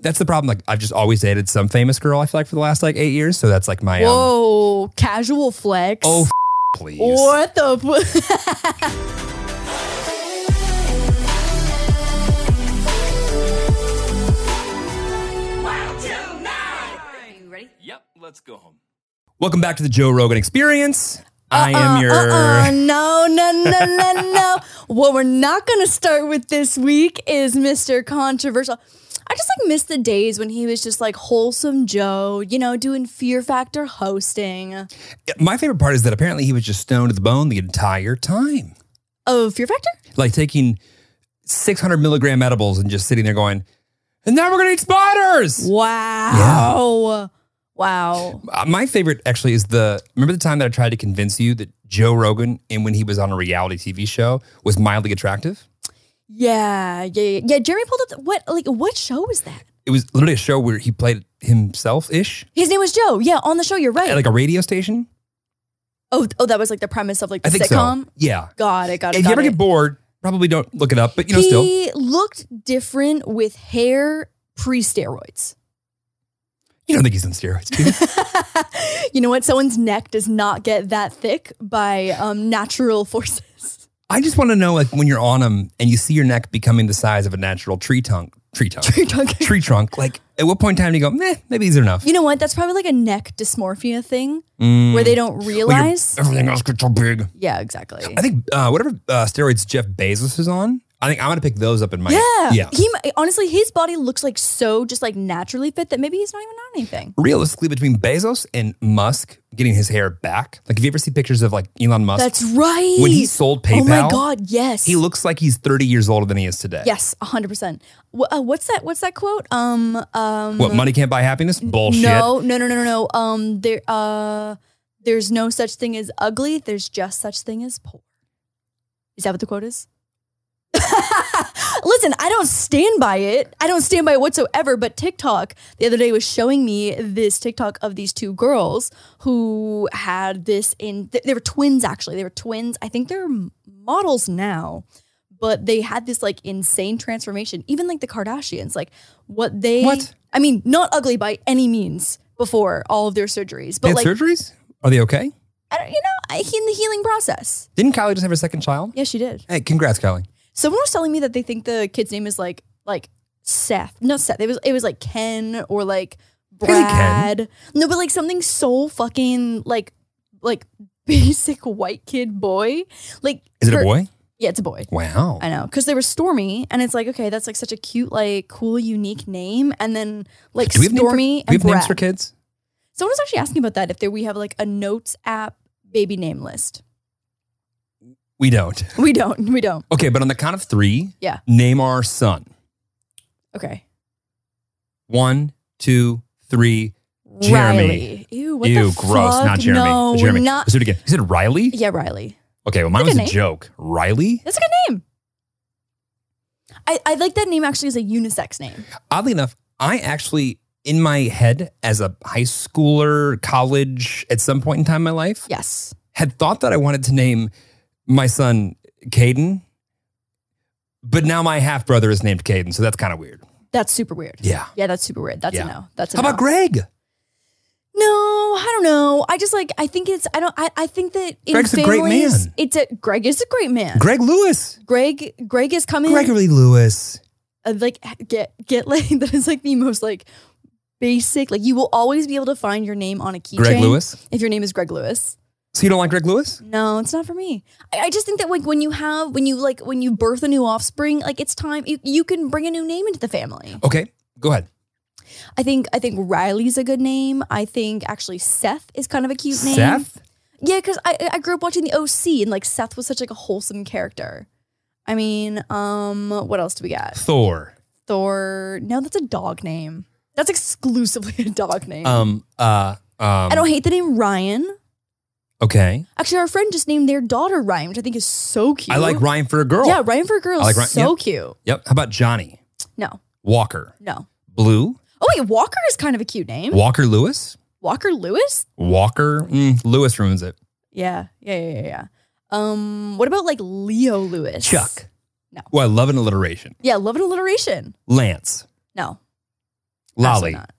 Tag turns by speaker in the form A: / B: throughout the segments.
A: that's the problem. Like I've just always dated some famous girl. I feel like for the last like eight years, so that's like my um,
B: Whoa, casual flex.
A: oh f- please.
B: what the? F-
C: Yep, let's go home.
A: Welcome back to the Joe Rogan Experience. I am your
B: Uh-uh, no, no, no, no, no. What we're not going to start with this week is Mr. Controversial. I just like miss the days when he was just like wholesome Joe, you know, doing Fear Factor hosting.
A: my favorite part is that apparently he was just stoned to the bone the entire time,
B: Oh, Fear Factor?
A: like taking six hundred milligram edibles and just sitting there going, and now we're gonna eat spiders.
B: Wow. Wow.
A: Uh, My favorite actually is the remember the time that I tried to convince you that Joe Rogan and when he was on a reality TV show was mildly attractive?
B: Yeah, yeah, yeah. Yeah, Jeremy pulled up the, what like what show was that?
A: It was literally a show where he played himself ish
B: His name was Joe. Yeah, on the show, you're right.
A: at like a radio station.
B: oh, oh, that was like the premise of like the
A: I think
B: sitcom.
A: so. Yeah.
B: Got it, got it.
A: If you
B: got
A: ever
B: it.
A: get bored, probably don't look it up, but you know, still.
B: he looked different with hair pre steroids.
A: You don't think he's on steroids, do you?
B: you know what? Someone's neck does not get that thick by um, natural forces.
A: I just want to know like when you're on him and you see your neck becoming the size of a natural tree trunk, tree trunk,
B: You're talking-
A: tree trunk, like at what point in time do you go, meh, maybe these are enough?
B: you know what? That's probably like a neck dysmorphia thing
A: Mm.
B: where they don't
A: Well, your-
B: realize.
A: everything else gets so big.
B: yeah, exactly.
A: I think uh, whatever uh, steroids Jeff Bezos is on, I think I'm gonna pick those up in my
B: yeah.
A: yeah.
B: He mi- honestly, his body looks like so just like naturally fit that maybe he's not even on anything.
A: Realistically, between Bezos and Musk getting his hair back, like if you ever see pictures of like Elon Musk
B: That's right.
A: when he sold PayPal,
B: oh my god, yes.
A: he looks like he's 30 years older than he is today.
B: yes, hundred percent. Uh, what's that? What's that quote? Um, um,
A: What money can't buy happiness? Bullshit.
B: No, no, no, no, no, no. Um, there, uh, there's no such thing as ugly. There's just such thing as poor. Is that what the quote is? Listen, I don't stand by it. I don't stand by it whatsoever. But TikTok the other day was showing me this TikTok of these two girls who had this in. th- They were twins, actually. They were twins. I think they're m- models now, but they had this like insane transformation. Even like the Kardashians, like what they.
A: What?
B: I mean, not ugly by any means before all of their surgeries,
A: They
B: but
A: had
B: like
A: surgeries? Are they okay?
B: I don't, you know, I, in the healing process.
A: Didn't Kylie just have her second child?
B: Yeah, she did.
A: Hey, congrats, Kylie.
B: Someone was telling me that they think the kid's name is like like Seth. No, Seth. It was it was like Ken or like
A: Really Ken?
B: Brad. No, but like something so fucking like like basic white kid boy. Like
A: Is it
B: her-
A: a boy?
B: Yeah, it's a boy.
A: Wow.
B: I know because there was Stormy, and it's like okay, that's like such a cute, like cool, unique name, and then like
A: Do we have, name for-
B: Stormy
A: do we
B: and
A: have names
B: Brad.
A: for kids?
B: Someone was actually asking about that if there, we have like a notes app baby name list.
A: We don't.
B: We don't. We don't.
A: Okay, but on the count of three,
B: Yeah.
A: name our son.
B: Okay.
A: One, two, three. Jeremy.
B: Riley. Ew. What
A: Ew,
B: the
A: gross.
B: fuck?
A: Not Jeremy.
B: No,
A: Jeremy.
B: not.
A: Let's do it again. You said Riley?
B: Yeah, Riley.
A: Okay, well, mine
B: Pick
A: was
B: a
A: a
B: name.
A: joke. Riley?
B: That's a good name. I, I like that name actually as a unisex name.
A: Oddly enough, I actually, in my head, as a high schooler, college, at some point in time in my life,
B: Yes.
A: had thought that I wanted to name my son Caden, but now my half brother is named Caden, so that's kind of weird.
B: That's super weird.
A: Yeah.
B: Yeah, that's super weird. That's
A: Yeah.
B: a no. That's a
A: How
B: no.
A: about Greg?
B: No, I don't know. I just like I think it's I don't I, I think that in
A: Greg's a great
B: families,
A: man.
B: It's a Greg is a great man.
A: Greg Lewis.
B: Greg Greg is coming
A: Gregory Lewis.
B: uh, like get get like that is like the most like basic like you will always be able to find your name on a keychain.
A: Greg Lewis.
B: If your name is Greg Lewis.
A: So you don't like Greg Lewis?
B: No, it's not for me. I, I just think that like when you have when you like when you birth a new offspring, like it's time you, you can bring a new name into the family.
A: Okay, go ahead.
B: I think I think Riley's a good name. I think actually Seth is kind of a cute name.
A: Seth?
B: Yeah, because I I grew up watching the OC and like Seth was such like a wholesome character. I mean, um, what else do we got?
A: Thor.
B: Thor. No, that's a dog name. That's exclusively a dog name.
A: Um, uh, um,
B: I don't hate the name Ryan.
A: okay.
B: Actually, our friend just named their daughter Ryan, which I think is so cute.
A: I like Ryan for a girl.
B: Yeah, Ryan for a girl
A: I like
B: is
A: Ryan-
B: so
A: yeah.
B: cute.
A: Yep. How about Johnny?
B: No,
A: Walker.
B: no.
A: Blue?
B: Oh wait, Walker is kind of a cute name.
A: Walker Lewis?
B: Walker Lewis?
A: Walker? Mm, Lewis ruins it.
B: Yeah, yeah, yeah, yeah, yeah. Um, what about like Leo Lewis?
A: Chuck.
B: No.
A: Well, I love an alliteration.
B: Yeah, love and alliteration.
A: Lance.
B: No.
A: Lolly.
B: Absolutely not.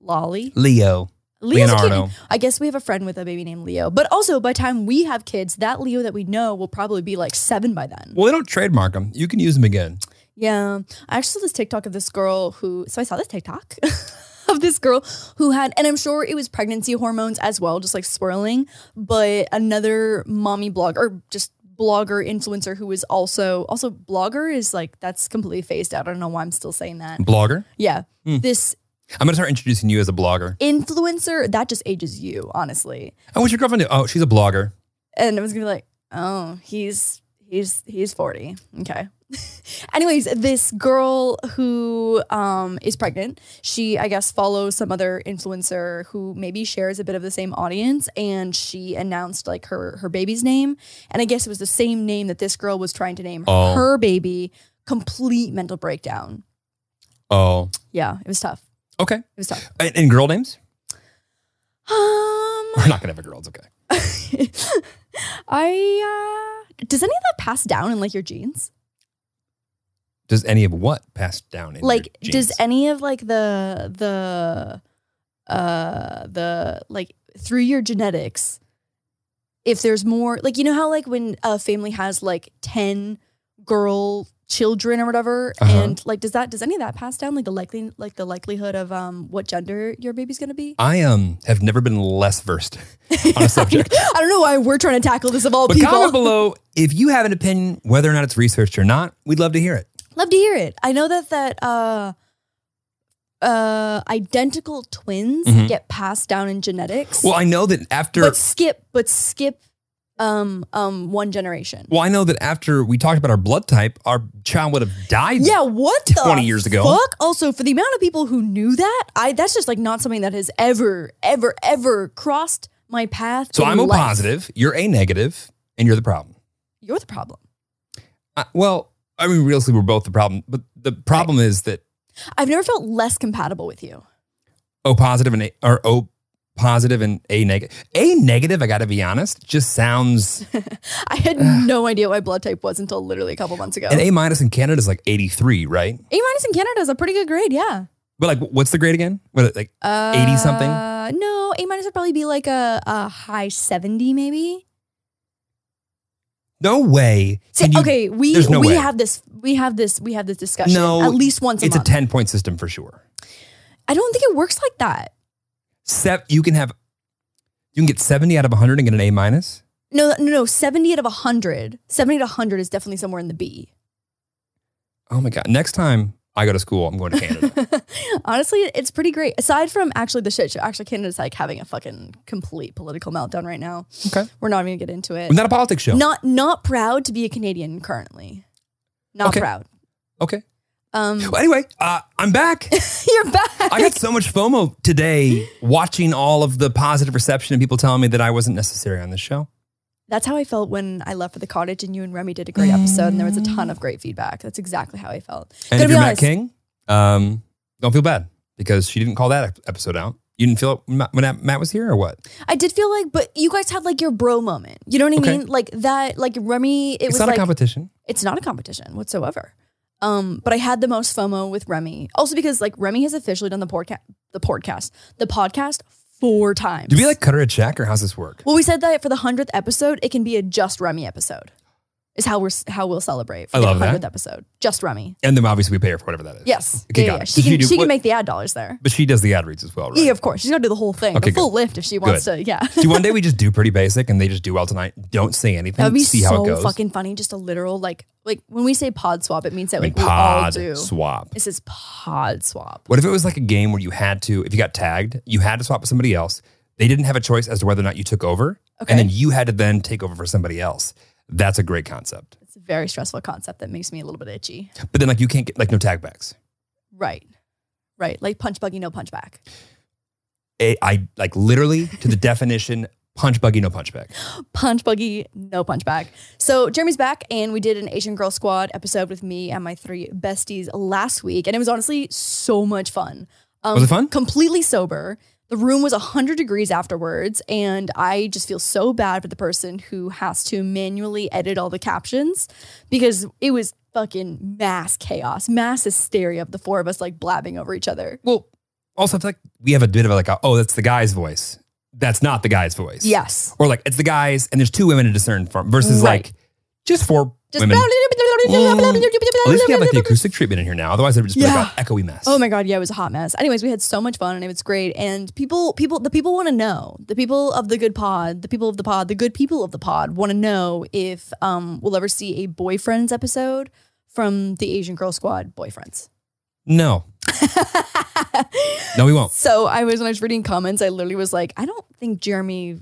B: Lolly.
A: Leo.
B: Leo's A
A: Leonardo.
B: kid. I guess we have a friend with a baby named Leo. But also, by the time we have kids, that Leo that we know will probably be like seven by then.
A: Well, they don't trademark them. You can use them again.
B: Yeah. I actually saw this TikTok of this girl who, so I saw this TikTok of this girl who had, and I'm sure it was pregnancy hormones as well, just like swirling. But another mommy blogger, or just blogger influencer who was also, also blogger is like, that's completely phased out. I don't know why I'm still saying that.
A: Blogger.
B: Yeah.
A: Hmm.
B: This
A: I'm gonna start introducing you as a blogger.
B: influencer, that just ages you, honestly.
A: Oh, what's your girlfriend? do? Oh, she's a blogger.
B: and I was gonna be like, oh, he's he's he's forty. Okay. Anyways, this girl who um, is pregnant, she I guess follows some other influencer who maybe shares a bit of the same audience, and she announced like her her baby's name, and I guess it was the same name that this girl was trying to name
A: Oh.
B: her baby. Complete mental breakdown.
A: Oh,
B: Yeah, it was tough.
A: okay.
B: It was tough.
A: And, and girl names?
B: Um,
A: We're not gonna have a girl. It's okay.
B: I uh, does any of that pass down in like your genes?
A: Does any of what pass down? In
B: like
A: your
B: does e-
A: genes?
B: any of like the the uh the like through your genetics if there's more like you know how like when a family has like 10 girl children or whatever
A: Uh-huh.
B: and like does that does any of that pass down like the likely like the likelihood of um what gender your baby's gonna be
A: I um have never been less versed on a subject.
B: i don't know why we're trying to tackle this of all
A: But comment
B: Oh, people
A: below if you have an opinion, whether or not it's researched or not. We'd love to hear it.
B: love to hear it i know that that uh uh identical twins
A: Mhm.
B: get passed down in genetics
A: Well, I know that after.
B: but skip but skip um um one generation
A: well, I know that after we talked about our blood type, our child would have died.
B: yeah what the
A: 20 years ago.
B: fuck also for the amount of people who knew that i that's just like not something that has ever ever ever crossed my path
A: So
B: in
A: I'm a
B: life.
A: positive, you're a negative, and you're the problem.
B: you're the problem
A: I, well, I mean, realistically, we're both the problem. But the problem is that
B: i've never felt less compatible with you
A: O positive and A, or O positive and A negative. A negative, I got to be honest, just sounds.
B: i had no idea what my blood type was until literally a couple months ago
A: An A minus in Canada is like 83, right?
B: a minus in canada is a pretty good grade yeah
A: But like, what's the grade again? What, like, 80 something?
B: Uh, no a minus would probably be like a, a high 70 maybe
A: no way.
B: See,
A: can you-
B: okay, we
A: there's no
B: we
A: way.
B: have this we have this we have this discussion
A: No,
B: at least once a
A: It's a
B: month.
A: 10 point system for sure.
B: I don't think it works like that.
A: Sep, you can have, you can get 70 out of 100 and get an A minus.
B: No, no, no. Seventy out of hundred. Seventy out of hundred is definitely somewhere in the B.
A: Oh my God. Next time I go to school, I'm going to Canada.
B: Honestly, it's pretty great. Aside from actually the shit show, actually Canada's like having a fucking complete political meltdown right now.
A: okay.
B: We're not even gonna get into it.
A: I'm not a politics show.
B: Not not proud to be a Canadian currently. Not
A: Okay.
B: proud.
A: Okay.
B: Um,
A: Well, anyway, uh, I'm back.
B: you're back.
A: I got so much FOMO today watching all of the positive reception and people telling me that I wasn't necessary on this show.
B: That's how I felt when I left for the cottage and you and Remy did a great episode and there was a ton of great feedback. That's exactly how I felt.
A: And
B: Gotta
A: if
B: be
A: you're
B: honest.
A: Matt King, um, don't feel bad because she didn't call that ep- episode out. You didn't feel it when Ma- when Matt was here or what?
B: I did feel like, but you guys had like your bro moment. You know what I
A: Okay.
B: mean? Like that, like Remy, it
A: it's
B: was
A: not
B: like,
A: a competition.
B: it's not a competition whatsoever. Um, but I had the most FOMO with Remy. Also because like Remy has officially done the podcast, the podcast, the podcast four times.
A: Do we like cut her a check or how's this work?
B: Well, we said that for the hundredth episode, it can be a just Remy episode. Is how we're how we'll celebrate. For
A: I love
B: the
A: that.
B: hundredth episode, just Remy.
A: And then obviously we pay her for whatever that is.
B: Yes.
A: Okay,
B: yeah,
A: got
B: yeah.
A: it.
B: She
A: Does she
B: can
A: do-
B: she, can
A: what-
B: make the ad dollars there.
A: But she does the ad reads as well, right?
B: Yeah, of course. She's gonna do the whole thing,
A: Okay,
B: the full lift if she wants
A: Good.
B: to. Yeah.
A: She one day we just do pretty basic and they just do well tonight. Don't say anything.
B: That would be
A: see
B: so
A: how it goes.
B: fucking funny. Just a literal like like when we say pod swap, it means that
A: I mean,
B: like we all
A: pod
B: do.
A: swap.
B: This is pod swap.
A: What if it was like a game where you had to, if you got tagged, you had to swap with somebody else. They didn't have a choice as to whether or not you took over.
B: Okay.
A: And then you had to then take over for somebody else. That's a great concept.
B: It's a very stressful concept that makes me a little bit itchy.
A: But then like you can't get like no tag backs.
B: Right. Right. Like punch buggy, no punch back.
A: I, I like literally to the definition, punch buggy, no punch back.
B: Punch buggy, no punch back. So Jeremy's back, and we did an Asian Girl Squad episode with me and my three besties last week, and it was honestly so much fun. Um,
A: Was it fun?
B: Completely sober. The room was 100 degrees afterwards, and I just feel so bad for the person who has to manually edit all the captions because it was fucking mass chaos, mass hysteria of the four of us like blabbing over each other.
A: Well, also it's like we have a bit of like a, oh that's the guy's voice. That's not the guy's voice.
B: Yes.
A: Or like it's the guys and there's two women to discern from versus
B: Right.
A: like just four
B: Just
A: women. At least we have like the acoustic treatment in here now. Otherwise, it would just be like
B: Yeah.
A: an echoey mess.
B: Oh my god, yeah, it was a hot mess. Anyways, we had so much fun and it was great. And people, people, the people want to know. The people of the good pod, the people of the pod, the good people of the pod want to know if um we'll ever see a boyfriends episode from the Asian Girl Squad boyfriends.
A: No, no, we won't.
B: so I was when I was reading comments, I literally was like, I don't think Jeremy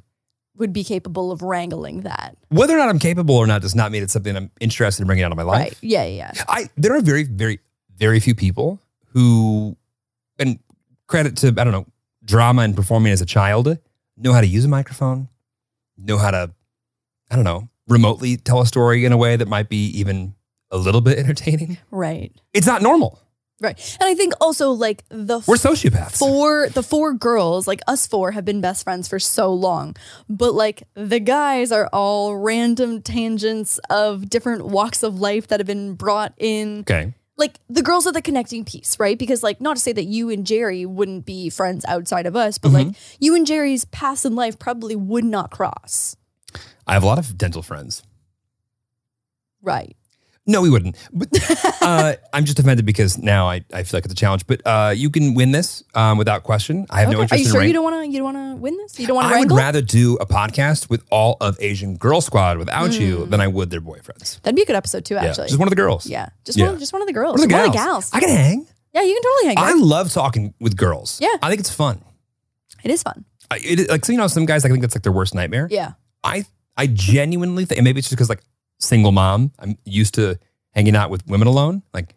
B: would be capable of wrangling that.
A: Whether or not I'm capable or not does not mean it's something I'm interested in bringing out of my life.
B: Right? Yeah, yeah, yeah.
A: I there are very very very few people who, and credit to I don't know drama and performing as a child, know how to use a microphone, know how to, I don't know, remotely tell a story in a way that might be even a little bit entertaining.
B: right,
A: It's not normal.
B: right. And I think also like the
A: We're sociopaths.
B: four the four girls like us four have been best friends for so long but like the guys are all random tangents of different walks of life that have been brought in
A: Okay.
B: like the girls are the connecting piece right because like not to say that you and jerry wouldn't be friends outside of us but like
A: Mm-hmm.
B: you and jerry's paths in life probably would not cross
A: I have a lot of dental friends.
B: right
A: No, we wouldn't. But uh, I'm just offended because now I, I feel like it's a challenge. But uh, you can win this um, without question. I have no
B: Okay. are
A: interest
B: you
A: in
B: sure
A: rank-
B: you don't want to you don't want to win this you don't want to
A: I would
B: wrangle
A: rather do a podcast with all of Asian Girl Squad without you than I would their boyfriends.
B: that'd be a good episode too
A: Yeah,
B: Hmm. actually
A: just one of the girls.
B: yeah just
A: Yeah.
B: one just one of the girls
A: One of the
B: one
A: gals.
B: of the gals
A: I can hang.
B: yeah you can totally hang
A: I
B: out.
A: love talking with girls.
B: Yeah.
A: I think it's fun.
B: it is fun
A: I, it, like so, you know, some guys I think that's like their worst nightmare.
B: yeah
A: I I genuinely think, and maybe it's just because like single mom, I'm used to hanging out with women alone. Like,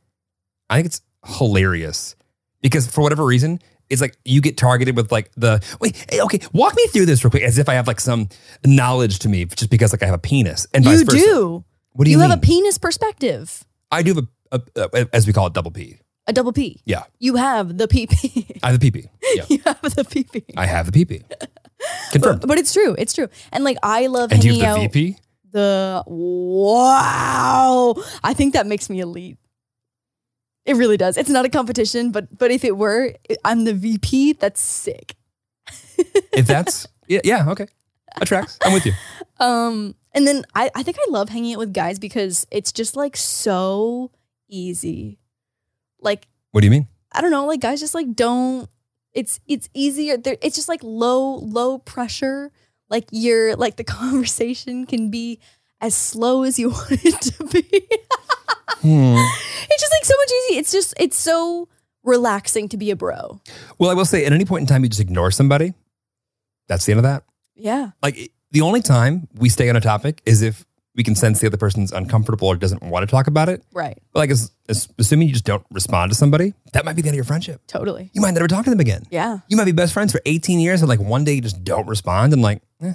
A: I think it's hilarious because for whatever reason, it's like you get targeted with like the wait, hey, okay, walk me through this real quick, as if I have like some knowledge to me just because like I have a penis and vice
B: You
A: versa.
B: do.
A: What do
B: you
A: you,
B: have a
A: mean?
B: penis perspective.
A: I do have a, a, a as we call it double P.
B: A double P.
A: Yeah,
B: You have the PP.
A: I have a PP. Yeah,
B: you have the PP.
A: I have a PP. Confirmed.
B: But it's true. It's true. And like I love
A: and you
B: hanging
A: have the
B: out
A: VP.
B: the wow. I think that makes me elite. It really does. It's not a competition, but but if it were, I'm the VP. That's sick.
A: If that's yeah, yeah, okay, that tracks. I'm with you.
B: Um, and then I, I think I love hanging out with guys because it's just like so easy. Like
A: What do you mean?
B: I don't know, like guys just like don't. It's it's easier. They're, it's just like low low pressure. Like you're like the conversation can be as slow as you want it to be. it's
A: Hmm.
B: just like so much easy. It's just it's so relaxing to be a bro.
A: Well, I will say, at any point in time, you just ignore somebody. That's the end of that.
B: Yeah,
A: Like it- the only time we stay on a topic is if we can sense the other person's uncomfortable or doesn't want to talk about it.
B: right.
A: But like, as, as, assuming you just don't respond to somebody, that might be the end of your friendship.
B: Totally.
A: You might never talk to them again.
B: Yeah,
A: You might be best friends for 18 years, and like one day you just don't respond, and like, eh.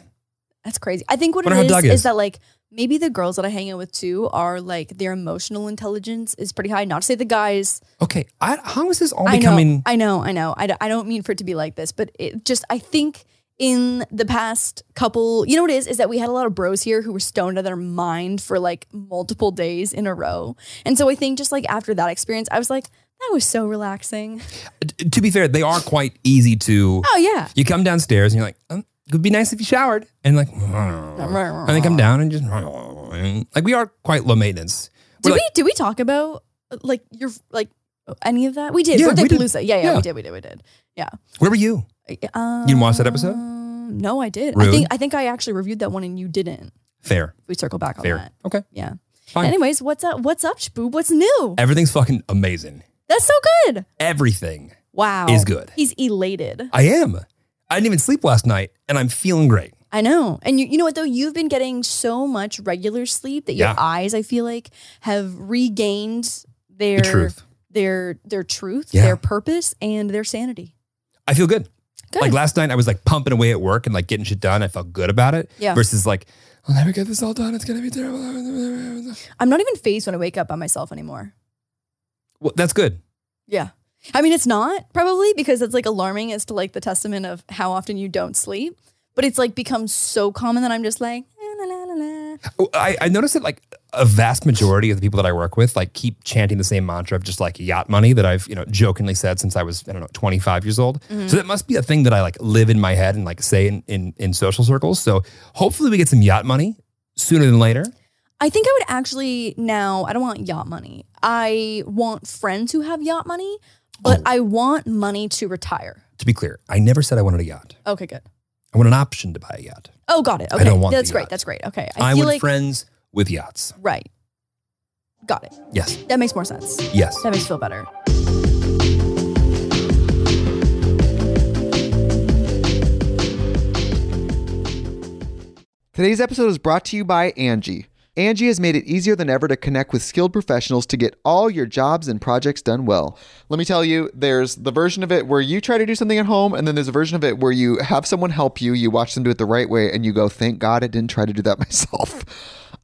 B: that's crazy. I think what
A: Wonder how
B: it is,
A: Doug
B: is
A: is.
B: that like maybe the girls that I hang out with too are like their emotional intelligence is pretty high. Not to say the guys
A: okay, I, how is this all
B: I
A: becoming?
B: know, I know, I know. I, d- I don't mean for it to be like this, but it just, I think in the past couple, you know what it is, is that we had a lot of bros here who were stoned out of their mind for like multiple days in a row. And so I think just like after that experience, I was like, that was so relaxing.
A: t- uh, to be fair, they are quite easy to.
B: Oh, yeah.
A: You come downstairs and you're like, um, it would be nice if you showered. And like, and they come down and just, like, we are quite low maintenance.
B: Did
A: We're
B: we, did we talk about uh, like your, like any of that? We did.
A: Yeah,
B: Birthday
A: we did.
B: Palooza. Yeah, yeah,
A: Yeah.
B: we did, we did, we did.
A: Where were you?
B: Um,
A: didn't watch that episode?
B: No, I did. I
A: Rude.
B: think I think I actually reviewed that one and you didn't.
A: Fair,
B: We circle back on
A: fair.
B: that.
A: Okay.
B: Yeah.
A: Fine.
B: Anyways, what's up? What's up, Shboob? What's new?
A: Everything's fucking amazing.
B: That's so good.
A: Everything
B: Wow.
A: is good.
B: He's elated.
A: I am. I didn't even sleep last night and I'm feeling great.
B: I know. And you, you know what though? You've been getting so much regular sleep that your
A: Yeah.
B: eyes, I feel like, have regained their
A: truth.
B: Their their truth,
A: Yeah.
B: their purpose, and their sanity.
A: I feel good.
B: Good.
A: Like last night I was like pumping away at work and like getting shit done. I felt good about it.
B: Yeah.
A: Versus like, I'll never get this all done. It's gonna be terrible.
B: I'm not even phased when I wake up by myself anymore.
A: Well, that's good.
B: Yeah. I mean, it's not probably because it's like alarming as to like the "Eh, testament of how often you don't sleep, but it's like become so common that I'm just like, "La, la, la, la, la,
A: Oh, I, I noticed that like a vast majority of the people that I work with like keep chanting the same mantra of just like yacht money that I've you know jokingly said since I was I don't know 25 years old.
B: Mm-hmm.
A: So that must be a thing that I like live in my head and like say in, in in social circles. So hopefully we get some yacht money sooner than later.
B: I think I would actually now, I don't want yacht money. I want friends who have yacht money, but
A: Oh.
B: I want money to retire.
A: To be clear, I never said I wanted a yacht.
B: Okay, good.
A: I want an option to buy a yacht.
B: Oh, got it.
A: I
B: Okay.
A: don't want
B: That's
A: the
B: great.
A: yacht.
B: That's great. Okay.
A: I,
B: I, feel
A: want
B: like,
A: friends with yachts.
B: right. Got it.
A: Yes,
B: That makes more sense.
A: yes.
B: That makes me feel better.
D: Today's episode is brought to you by Angie. Angie has made it easier than ever to connect with skilled professionals to get all your jobs and projects done well. Let me tell you, there's the version of it where you try to do something at home, and then there's a version of it where you have someone help you, you watch them do it the right way, and you go, thank God I didn't try to do that myself.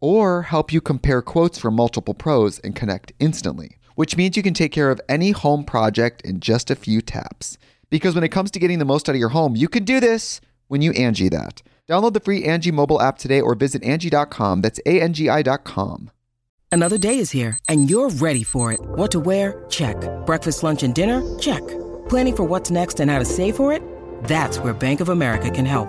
D: or help you compare quotes from multiple pros and connect instantly, which means you can take care of any home project in just a few taps. Because when it comes to getting the most out of your home, you can do this when you Angie that. Download the free Angie mobile app today or visit Angie.com. That's A N G I.com.
E: Another day is here, and you're ready for it. What to wear? Check. Breakfast, lunch, and dinner? Check. Planning for what's next and how to save for it? That's where Bank of America can help.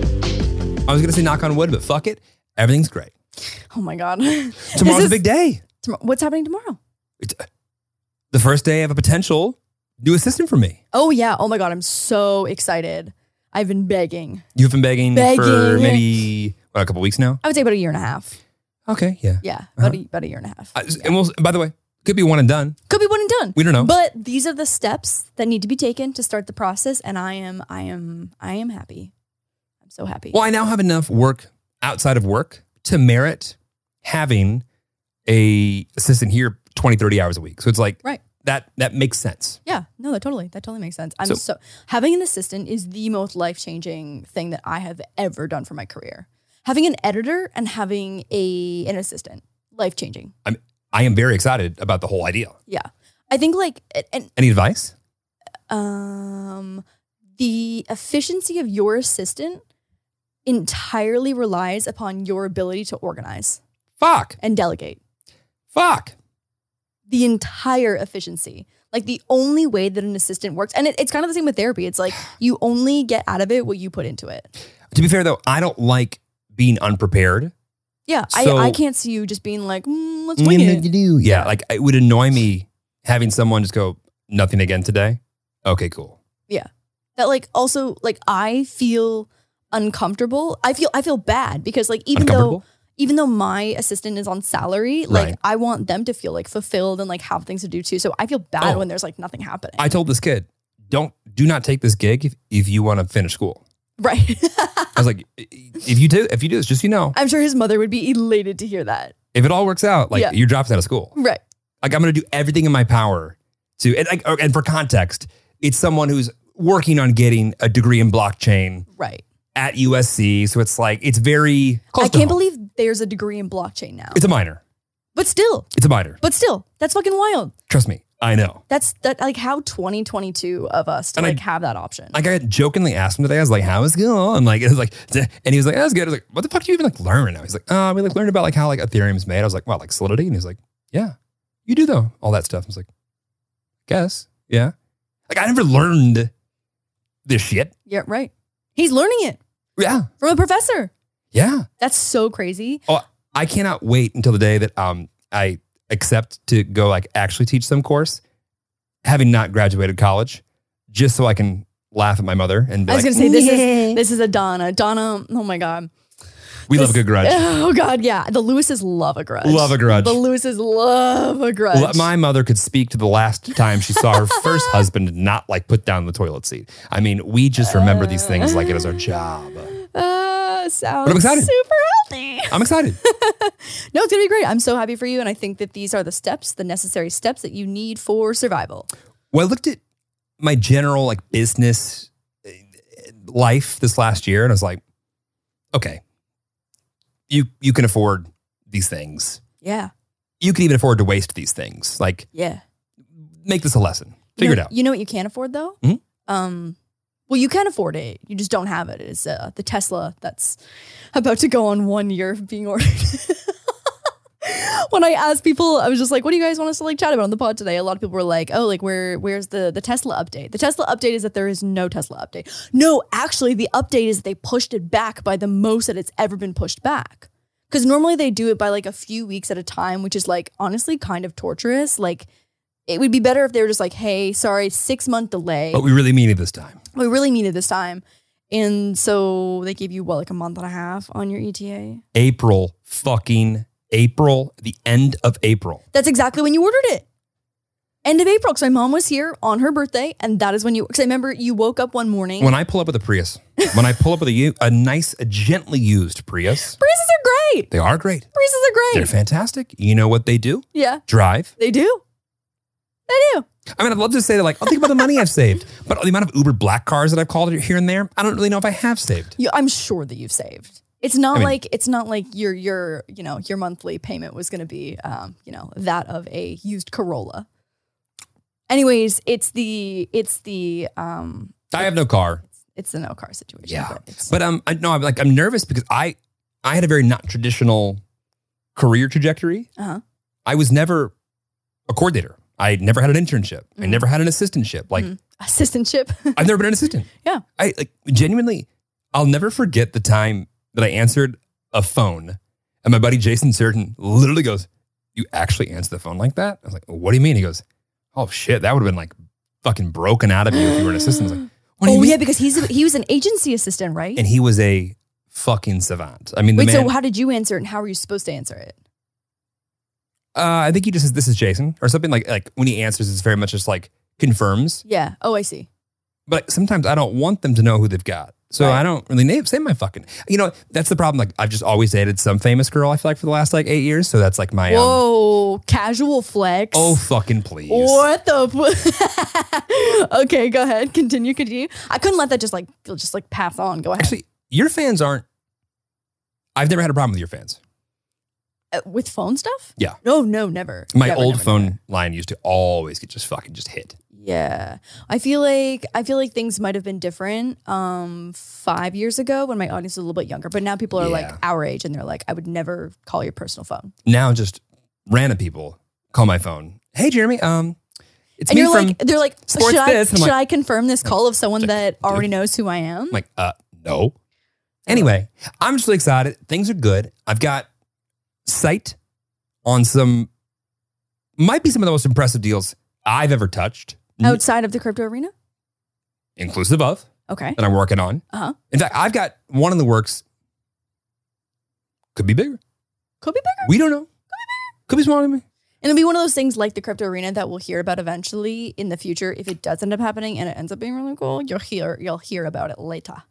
A: I was gonna say knock on wood, but fuck it. Everything's great.
B: Oh my God. This
A: Tomorrow's
B: is-
A: a big day.
B: Tomorrow, what's happening tomorrow?
A: It's uh, the first day of a potential new assistant for me.
B: Oh, yeah. Oh my God. I'm so excited. I've been begging.
A: You've been begging, for
B: Begging.
A: maybe what, a couple weeks now.
B: I would say about a year and a half.
A: Okay, yeah.
B: Yeah. About, a, about a year and a half.
A: Uh-huh. I- and we'll, by the way, could be one and done.
B: Could be one and done.
A: We don't know.
B: But these are the steps that need to be taken to start the process. And I am, I am, I am happy. I'm so happy.
A: Well, I now have enough work outside of work to merit having a assistant here 20, 30 hours a week. So it's like
B: Right.
A: that that makes sense.
B: Yeah, no, that totally, that totally makes sense. I'm
A: So-
B: so, having an assistant is the most life changing thing that I have ever done for my career. Having an editor and having a an assistant, life changing.
A: I'm I am very excited about the whole idea.
B: Yeah, I think like a- and
A: Any advice?
B: um, the efficiency of your assistant entirely relies upon your ability to organize
A: Fuck.
B: and delegate.
A: Fuck.
B: the entire efficiency. Like the only way that an assistant works, and it, it's kind of the same with therapy. It's like you only get out of it what you put into it.
A: To be fair though, I don't like being unprepared.
B: Yeah,
A: So-
B: I, I can't see you just being like, mm, let's wing it.
A: Yeah, like it would annoy me having someone just go nothing again today. Okay, cool.
B: That like also like I feel uncomfortable. I feel I feel bad because like even though
A: Uncomfortable?
B: even though my assistant is on salary, like
A: Right.
B: I want them to feel like fulfilled and like have things to do too. So I feel bad
A: Oh.
B: when there's like nothing happening.
A: I told this kid, don't do not take this gig if, if you want to finish school.
B: right.
A: I was like, if you do if you do this, just so you know,
B: I'm sure his mother would be elated to hear that.
A: if it all works out, like
B: Yeah.
A: you're dropped out of school.
B: Right.
A: Like I'm gonna do everything in my power to and like, and for context, it's someone who's working on getting a degree in blockchain
B: Right.
A: at USC. So it's like it's very close
B: I
A: to
B: can't
A: home.
B: believe there's a degree in blockchain now.
A: it's a minor.
B: But But still,
A: It's a minor.
B: but still, that's fucking wild.
A: Trust me, I know.
B: That's that like how 2022 of us to
A: And I-
B: like have that option.
A: Like I jokingly asked him today, I was like, "How is it going?" Like it was like, "Duh." and he was like, "That's good." I was like, "What the fuck do you even like learn?" I was like, "Uh, we like learned about like how like Ethereum's made." I was like, "Wow, like Solidity," and he's like, "Yeah, you do though all that stuff." I was like, "Guess, yeah." Like I never learned this shit.
B: yeah, right. He's learning it
A: Yeah,
B: from a professor.
A: yeah.
B: That's so crazy.
A: I cannot wait until the day that um I accept to go like actually teach some course, having not graduated college, just so I can laugh at my mother and be
B: I was
A: like,
B: gonna say this
E: "Yeah."
B: is this is a Donna. Donna, oh my god.
A: "We love a
B: this-
A: good grudge.
B: Oh god, yeah. The Lewises love a grudge.
A: Love a grudge."
B: The Lewises love a grudge.
A: Well, my mother could speak to the last time she saw her first husband not like put down the toilet seat. I mean, we just remember these things like it is our job.
B: uh, sounds
A: I'm excited.
B: super healthy.
A: I'm excited.
B: No, it's gonna be great. I'm so happy for you, and I think that these are the steps, the necessary steps that you need for survival.
A: Well, I looked at my general like business uh, life this last year, and I was like, okay, you you can afford these things.
B: Yeah,
A: You can even afford to waste these things. Like,
B: yeah.
A: make this a lesson. Figure
B: you know,
A: it out.
B: You know what you can't afford though?
A: Mhm.
B: Um, well, you can afford it. You just don't have it. It's uh, the Tesla that's about to go on one year of being ordered. when I asked people, I was just like, "What do you guys want us to like chat about on the pod today?" A lot of people were like, "Oh, like where where's the the Tesla update?" The Tesla update is that there is no Tesla update. No, actually, the update is they pushed it back by the most that it's ever been pushed back. Because normally they do it by like a few weeks at a time, which is like honestly kind of torturous. Like it would be better if they were just like, hey, sorry, six month delay.
A: But we really mean it this time.
B: we really needed this time. And so they gave you what, like a month and a half on your E ETA?
A: April fucking April, the end of April.
B: That's exactly when you ordered it. End of April. Because my mom was here on her birthday. And that is when you, because I remember you woke up one morning.
A: When I pull up with a Prius, when I pull up with a u- a nice, a gently used Prius,
B: Breezes are great.
A: they are great.
B: Breezes are
A: They're
B: great.
A: fantastic. You know what they do?
B: yeah,
A: Drive.
B: they do. They do.
A: I mean, I'd love to say that, like, I'll think about the money I've saved, but the amount of Uber black cars that I've called here and there, I don't really know if I have saved.
B: You, I'm sure that you've saved. It's not
A: I mean-
B: like it's not like your your you know your monthly payment was going to be um, you know that of a used Corolla. Anyways, it's the it's the um
A: I have no car.
B: it's the no car situation.
A: Yeah.
B: but it's-
A: But um, I, no, I'm like, I'm nervous because I, I had a very not traditional career trajectory.
B: Uh-huh.
A: I was never a coordinator. I never had an internship. I
B: Mhm.
A: never had an assistantship. Like,
B: Mhm. assistantship.
A: I've never been an assistant.
B: Yeah.
A: I like genuinely, I'll never forget the time that I answered a phone and my buddy Jason Certain literally goes, You actually answer the phone like that? I was like, What do you mean? He goes, Oh shit, that would have been like fucking broken out of you if you were an assistant. I was like, What do you
B: oh
A: mean?
B: yeah, because he's he was an agency assistant, right?
A: and he was a fucking savant. I mean, the
B: Wait,
A: man,
B: so how did you answer it, and how were you supposed to answer it?
A: uh, I think he just says, This is Jason or something like, like when he answers, it's very much just like confirms.
B: Yeah. Oh, I see.
A: but sometimes I don't want them to know who they've got. So
B: Right.
A: I don't really name, say my fucking. You know, that's the problem. Like I've just always dated some famous girl. I feel like for the last like eight years. So that's like my um,
B: Whoa, casual flex.
A: oh fucking please.
B: What the? F- okay, go ahead. Continue. Continue. I couldn't let that just like feel- just like pass on. Go ahead
A: Actually, your fans aren't. I've never had a problem with your fans.
B: Uh, with phone stuff.
A: Yeah.
B: No, no, never.
A: My
B: Never,
A: old
B: never,
A: phone
B: never.
A: line used to always get just fucking just hit.
B: Yeah, I feel like I feel like things might have been different um five years ago when my audience was a little bit younger, but now people are like
A: Yeah.
B: our age and they're like, I would never call your personal phone,
A: Now just random people call my phone. Hey Jeremy, um, it's
B: and
A: me
B: you're
A: from.
B: like, they're like, should
A: Sports
B: I
A: Biz." And I'm
B: should
A: like-
B: I confirm this call of someone that already knows who I am?
A: I'm like, uh, no. Anyway, I'm just really excited. Things are good. I've got sight on some, might be some of the most impressive deals I've ever touched, n-
B: Outside of the crypto arena,
A: inclusive of
B: okay,
A: that I'm working on.
B: uh huh,
A: In fact, I've got one in the works. Could be bigger.
B: could be bigger.
A: We don't know. Could be smaller than me.
B: And it'll be one of those things like the crypto arena that we'll hear about eventually in the future if it does end up happening and it ends up being really cool. You'll hear you'll hear about it later,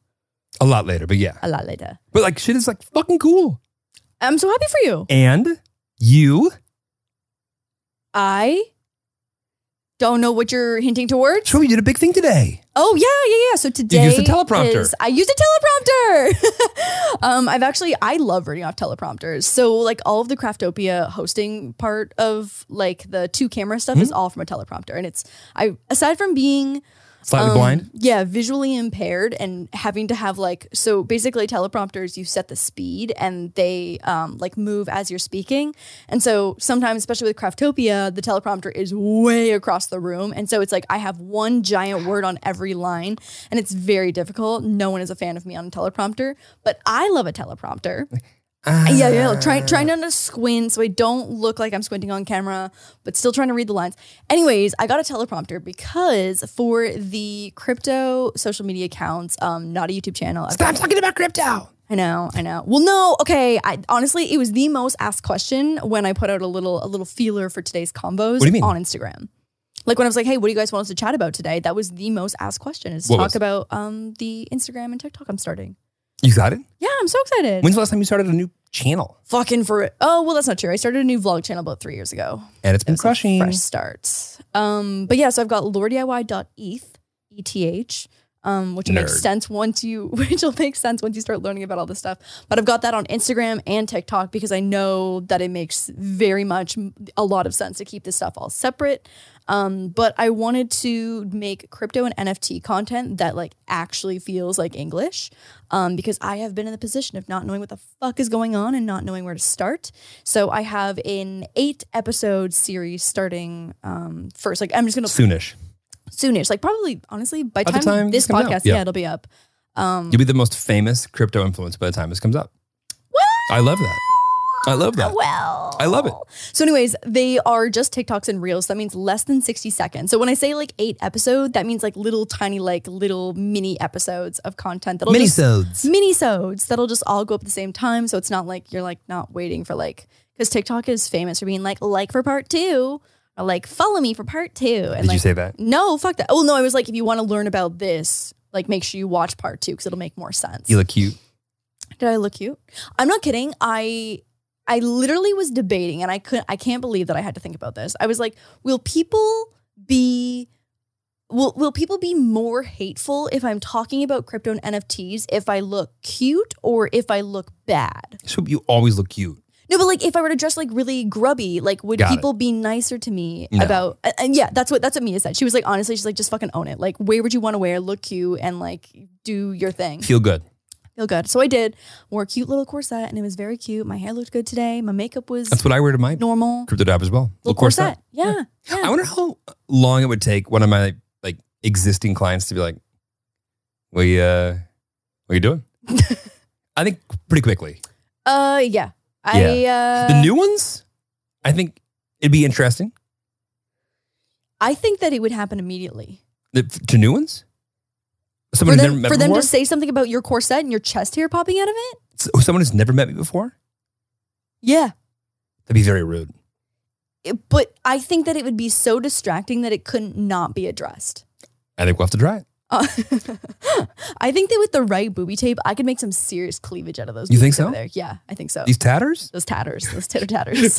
A: A lot later, but yeah.
B: a lot later.
A: But like shit is like fucking cool.
B: I'm so happy for you.
A: And you
B: I Don't know what you're hinting towards.
A: Sure, you did a big thing today.
B: Oh yeah, yeah, yeah. So today
A: used a teleprompter.
B: is- I used a teleprompter. um, I've actually I love reading off teleprompters. So like all of the Craftopia hosting part of like the two camera stuff is all from a teleprompter, and it's I aside from being
A: Slightly
B: um,
A: blind.
B: yeah, visually impaired and having to have like so basically teleprompters you set the speed and they um like move as you're speaking. And so sometimes especially with Craftopia, the teleprompter is way across the room and so it's like I have one giant word on every line and it's very difficult. No one is a fan of me on a teleprompter, but I love a teleprompter. Yeah, yeah. like, Try, trying not to squint so I don't look like I'm squinting on camera, but still trying to read the lines. Anyways, I got a teleprompter because for the crypto social media accounts, um, not a YouTube channel. I've
A: Stop
B: got-
A: talking about crypto.
B: I know, I know. Well, no, okay. I honestly, it was the most asked question when I put out a little a little feeler for today's
A: What
B: combos
A: do you mean?
B: on Instagram. Like when I was like, "Hey, what do you guys want us to chat about today?" That was the most asked question. Is to
A: What
B: talk
A: was it?
B: about um the Instagram and TikTok I'm starting.
A: You got it?
B: Yeah, I'm so excited.
A: When's the last time you started a new channel?
B: fucking for Oh, well, that's not true. I started a new vlog channel about three years ago.
A: And it's
B: It
A: been
B: was a
A: crushing.
B: fresh start. Um, but yeah, so I've got lorediy.eth, ETH, um, which will make
A: Nerd.
B: sense once you, which will make sense once you start learning about all this stuff. But I've got that on Instagram and TikTok because I know that it makes very much a lot of sense to keep this stuff all separate. Um, but I wanted to make crypto and NFT content that like actually feels like English, um, because I have been in the position of not knowing what the fuck is going on and not knowing where to start. So I have an eight episode series starting um, first. Like I'm just gonna
A: Soonish.
B: soonish, like probably honestly by
A: By the
B: time,
A: time
B: this
A: this comes out,
B: podcast,
A: yeah.
B: yeah. it'll be up. Um,
A: You'll be the most famous crypto influence by the time this comes up. I love that. I love that.
B: Well,
A: I love it.
B: So, anyways, they are just TikToks and Reels. That means less than 60 seconds. So, when I say like eight episode, that means like little tiny, like little mini episodes of content that'll just
A: Minisodes.
B: minisodes that'll just all go up at the same time. So it's not like you're like not waiting for like because TikTok is famous for being like like for part two or like follow me for part two. And
A: Did
B: like,
A: you say that?
B: no? Fuck that. Oh no, I was like if you want to learn about this, like make sure you watch part two because it'll make more sense.
A: You look cute.
B: Did I look cute? I'm not kidding. I I literally was debating and I couldn't I can't believe that I had to think about this. I was like, will people be will will people be more hateful if I'm talking about crypto and NFTs if I look cute or if I look bad?
A: So you always look cute.
B: No, but like if I were to dress like really grubby, like would
A: Got it.
B: people be nicer to me
A: No.
B: about and- and yeah, that's what that's what Mia said. She was like honestly, she's like just fucking own it. Like where would you want to wear, look cute and like do your thing
A: Feel good.
B: feel good. So I did. Wore a cute little corset and it was very cute. My hair looked good today. My makeup was
A: That's what I wear to my
B: normal.
A: crypto dab as well.
B: Little
A: Of course
B: corset. Yeah. Yeah.
A: I wonder how long it would take one of my like existing clients to be like, "We, uh, what are you doing?" I think pretty quickly.
B: uh yeah. I uh
A: the new ones, I think it'd be interesting
B: I think that it would happen immediately.
A: The- to new ones.
B: For
A: Someone who's never
B: them,
A: met
B: for
A: me
B: them
A: before.
B: to say something about your corset and your chest hair popping out of it?
A: S- someone who's never met me before.
B: Yeah.
A: That'd be very rude.
B: It- but I think that it would be so distracting that it couldn't not be addressed.
A: I think we'll have to try it.
B: Uh, I think that with the right booby tape, I could make some serious cleavage out of those.
A: You think
B: boobies over
A: so?
B: There. Yeah, I think so.
A: These tatters.
B: those tatters, those tatter tatters.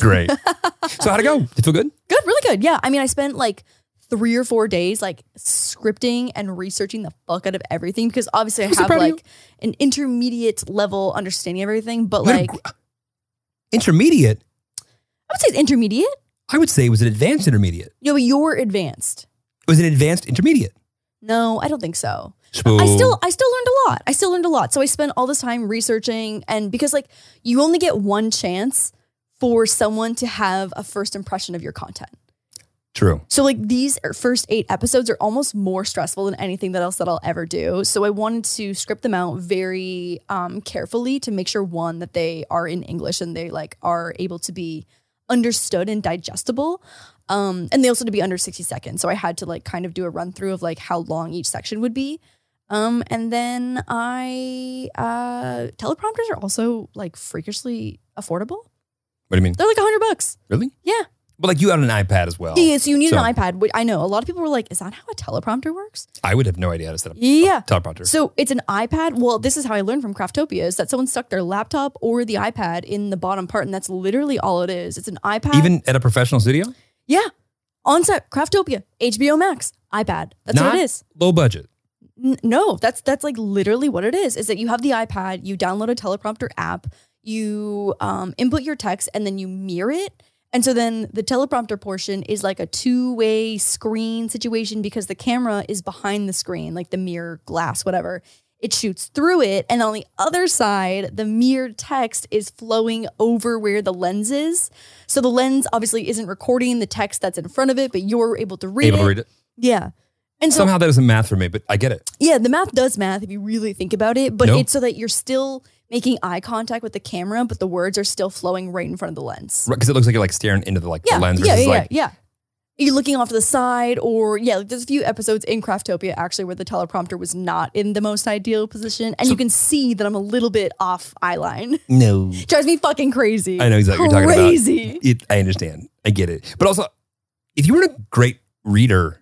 A: Great. so how'd it go? Did it feel good?
B: Good, really good. Yeah. I mean, I spent like three or four days like scripting and researching the fuck out of everything because obviously I
A: I'm so
B: have
A: proud of you.
B: like an intermediate level understanding of everything, but
A: What a
B: like
A: gr- intermediate.
B: I would say it's intermediate.
A: I would say it was an advanced intermediate.
B: You know, you're advanced.
A: It was an advanced intermediate.
B: No, I don't think so.
A: So
B: I still I still learned a lot. I still learned a lot. So I spent all this time researching and because like you only get one chance for someone to have a first impression of your content.
A: true.
B: So like these are- first eight episodes are almost more stressful than anything that else that I'll ever do. So I wanted to script them out very um, carefully to make sure one that they are in English and they like are able to be understood and digestible. Um, and they also had to be under 60 seconds. So I had to like kind of do a run through of like how long each section would be. Um, and then I uh, teleprompters are also like freakishly affordable.
A: What do you mean?
B: They're like hundred bucks.
A: Really?
B: Yeah.
A: But like you had an iPad as well.
B: Yeah, so you need
A: Oh, So-
B: an iPad. Which I know a lot of people were like, "Is that how a teleprompter works?"
A: I would have no idea how to set up
B: Yeah.
A: a teleprompter.
B: So it's an iPad. Well, this is how I learned from Craftopia is that someone stuck their laptop or the iPad in the bottom part, and that's literally all it is. It's an iPad.
A: Even at a professional studio?
B: yeah, On set, Craftopia, HBO Max, iPad. That's
A: Not
B: what it is.
A: Low budget.
B: N- no, that's that's like literally what it is. Is that you have the iPad, you download a teleprompter app, you um, input your text, and then you mirror it. And so then the teleprompter portion is like a two way screen situation because the camera is behind the screen, like the mirror glass, whatever. It shoots through it, and on the other side, the mirrored text is flowing over where the lens is. So the lens obviously isn't recording the text that's in front of it, but you're able to read
A: Able
B: it.
A: to read it.
B: Yeah. And so
A: Somehow that isn't math for me, but I get it.
B: yeah, the math does math if you really think about it, but
A: Nope.
B: it's so that you're still making eye contact with the camera, but the words are still flowing right in front of the lens.
A: Because it looks like you're like staring into the like
B: Yeah,
A: the lens
B: yeah,
A: versus
B: yeah,
A: like
B: yeah. You're looking off to the side, or yeah, like, there's a few episodes in Craftopia actually where the teleprompter was not in the most ideal position, and you can see that I'm a little bit off eye line.
A: no.
B: Drives me fucking crazy.
A: I know exactly what you're talking about.
B: Crazy.
A: It, I understand. I get it. But also, if you were a great reader,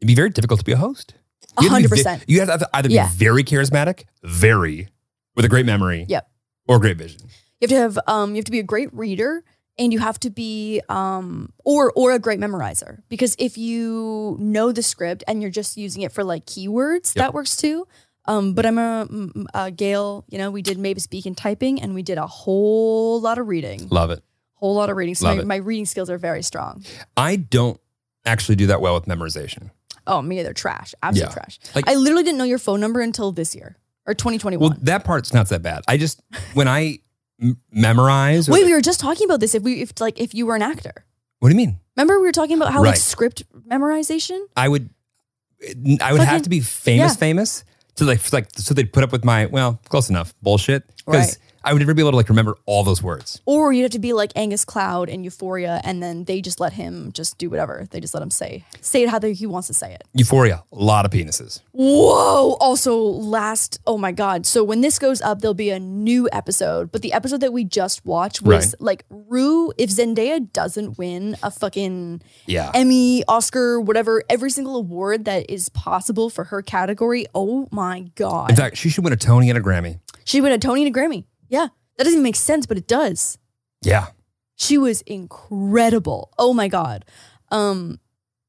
A: it'd be very difficult to be a host. You have to be ve-
B: 100%.
A: You have to either be
B: Yeah.
A: very charismatic, very with a great memory,
B: Yep.
A: or great vision.
B: You have to have um, you have to be a great reader and you have to be um, or or a great memorizer because if you know the script and you're just using it for like keywords, that works too. Um, but I'm a, mm, uh Gail. You know, we did maybe speak and typing, and we did a whole lot of reading,
A: Love it.
B: whole lot of reading. So
A: Love
B: my,
A: it.
B: my reading skills are very strong.
A: I don't actually do that well with memorization.
B: Oh, me, they're trash, absolute
A: Yeah.
B: trash.
A: Like-
B: I literally didn't know your phone number until this year or 2021.
A: Well, that part's not that bad. I just when I m- memorize. or-
B: Wait, we were just talking about this. If we, if like, if you were an actor,
A: what do you mean?
B: remember we were talking about how like
A: Right.
B: script memorization.
A: I would, I would have
B: Fucking-
A: to be famous,
B: yeah.
A: famous to like, like so they'd put up with my well, close enough bullshit because
B: Right.
A: I would never be able to like remember all those words.
B: Or you'd have to be like Angus Cloud in Euphoria, and then they just let him just do whatever. They just let him say say it how they, he wants to say it.
A: Euphoria, a lot of penises.
B: Whoa! Also, last oh my god! So when this goes up, there'll be a new episode. But the episode that we just watched was
A: Right.
B: like Rue. If Zendaya doesn't win a fucking
A: Yeah,
B: Emmy, Oscar, whatever, every single award that is possible for her category, oh my god!
A: in fact, she should win a Tony and a Grammy.
B: she win a Tony and a Grammy. Yeah, that doesn't even make sense, but it does.
A: Yeah,
B: She was incredible. Oh my god. Um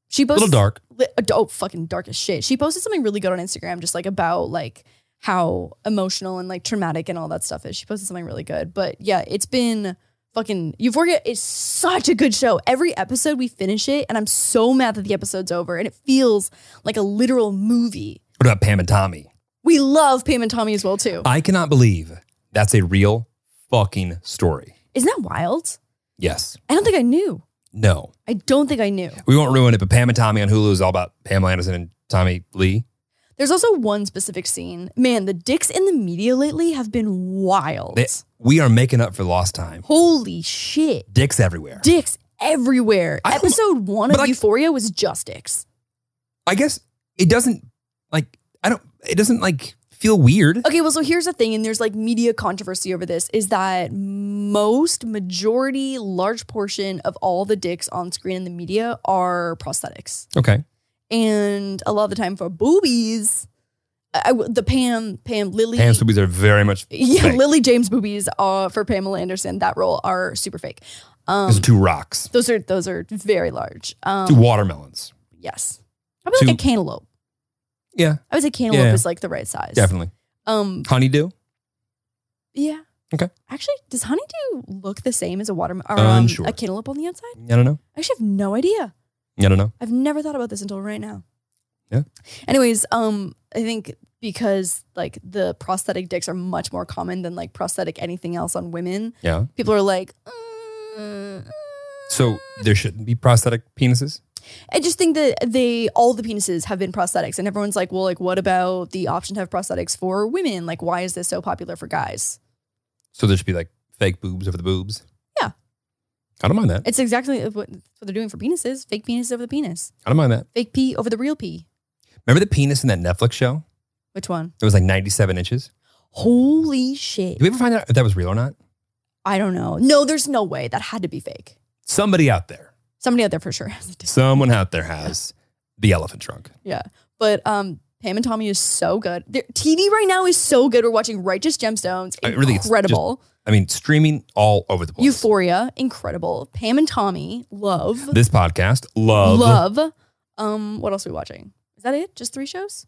B: she
A: a
B: posted
A: little dark.
B: li- oh fucking dark as shit. She posted something really good on Instagram just like about like how emotional and like traumatic and all that stuff is. She posted something really good. But yeah, it's been fucking Euphoria is such a good show. Every episode we finish it and I'm so mad that the episode's over and it feels like a literal movie.
A: What about Pam and Tommy?
B: We love Pam and Tommy as well too.
A: I cannot believe that's a real fucking story.
B: Isn't that wild?
A: Yes,
B: I don't think I knew.
A: no,
B: I don't think I knew.
A: we won't ruin it. But Pam and Tommy on Hulu is all about Pamela Anderson and Tommy Lee.
B: There's also one specific scene. Man, the dicks in the media lately have been wild.
A: They- we are making up for lost time.
B: Holy shit.
A: Dicks everywhere.
B: Dicks everywhere.
A: I don't-
B: Episode one of
A: but I-
B: Euphoria was just dicks.
A: I guess it doesn't like I don't it doesn't like feel weird.
B: Okay, well, so here's the thing, and there's like media controversy over this is that most, majority, large portion of all the dicks on screen in the media are prosthetics.
A: Okay.
B: And a lot of the time for boobies, I, I- the Pam, Pam, Lily.
A: Pam boobies are very much
B: yeah,
A: fake.
B: Lily James boobies uh, for Pamela Anderson, that role are super fake. Um,
A: Those are two rocks.
B: those are those are very large.
A: Two
B: Um,
A: watermelons.
B: yes, probably like
A: two-
B: a cantaloupe.
A: Yeah,
B: I would say cantaloupe
A: Yeah.
B: is like the right size.
A: definitely.
B: Um.
A: Honeydew?
B: Yeah.
A: Okay.
B: Actually, does honeydew look the same as a watermelon or um,
A: Unsure.
B: a cantaloupe on the outside?
A: I don't know.
B: I actually have no idea.
A: I don't know.
B: I've never thought about this until right now.
A: Yeah.
B: Anyways, um, I think because like the prosthetic dicks are much more common than like prosthetic anything else on women,
A: Yeah.
B: people are like. "Mm, mm."
A: So there shouldn't be prosthetic penises?
B: I just think that they all the penises have been prosthetics, and everyone's like, "Well, like, what about the option to have prosthetics for women? Like, why is this so popular for guys?"
A: So there should be like fake boobs over the boobs?
B: Yeah.
A: I don't mind that.
B: It's exactly what, what they're doing for penises. Fake penis over the penis.
A: I don't mind that.
B: Fake pee over the real pee.
A: Remember the penis in that Netflix show?
B: Which one?
A: It was like 97 inches.
B: Holy shit.
A: Did we ever find out if that was real or not?
B: I don't know. No, there's no way. That had to be fake.
A: Somebody out there.
B: Somebody out there for sure has it.
A: Someone out there has the elephant trunk.
B: Yeah. But um Pam and Tommy is so good. Their TV right now is so good. We're watching Righteous Gemstones.
A: I really- it's
B: Incredible.
A: I mean, streaming all over the place.
B: Euphoria, incredible. Pam and Tommy, love,
A: This podcast, love.
B: love. Um, what else are we watching? Is that it? Just three shows?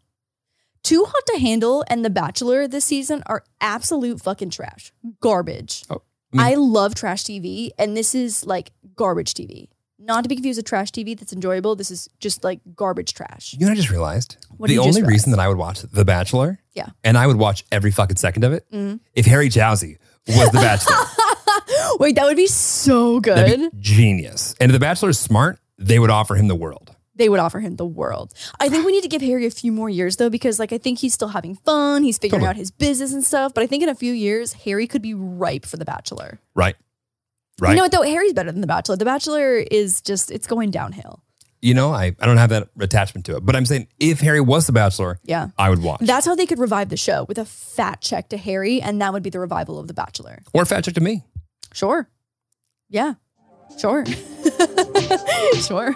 B: Too Hot to Handle and The Bachelor this season are absolute fucking trash, garbage.
A: Oh, I
B: I,
A: mean-
B: love trash TV, and this is like garbage TV. Not to be confused with trash TV that's enjoyable. This is just like garbage trash.
A: You know, what I just realized
B: What did
A: the
B: you
A: only
B: just
A: reason
B: realize?
A: that I would watch The Bachelor,
B: Yeah.
A: and I would watch every fucking second of it,
B: Mhm.
A: if Harry Jowsey was The Bachelor.
B: Wait, that would be so good.
A: That'd be genius. And if The Bachelor is smart, they would offer him the world.
B: they would offer him the world. I think we need to give Harry a few more years though, because like I think he's still having fun. He's figuring
A: Totally.
B: out his business and stuff. But I think in a few years, Harry could be ripe for The Bachelor.
A: Right. Right.
B: You know what though? Harry's better than The Bachelor. The Bachelor is just it's going downhill.
A: You know, I, I don't have that attachment to it. But I'm saying if Harry was The Bachelor,
B: Yeah.
A: I would watch.
B: That's how they could revive the show with a fat check to Harry, and that would be the revival of The Bachelor.
A: or Fat Chick to me.
B: Sure. Yeah. Sure. sure.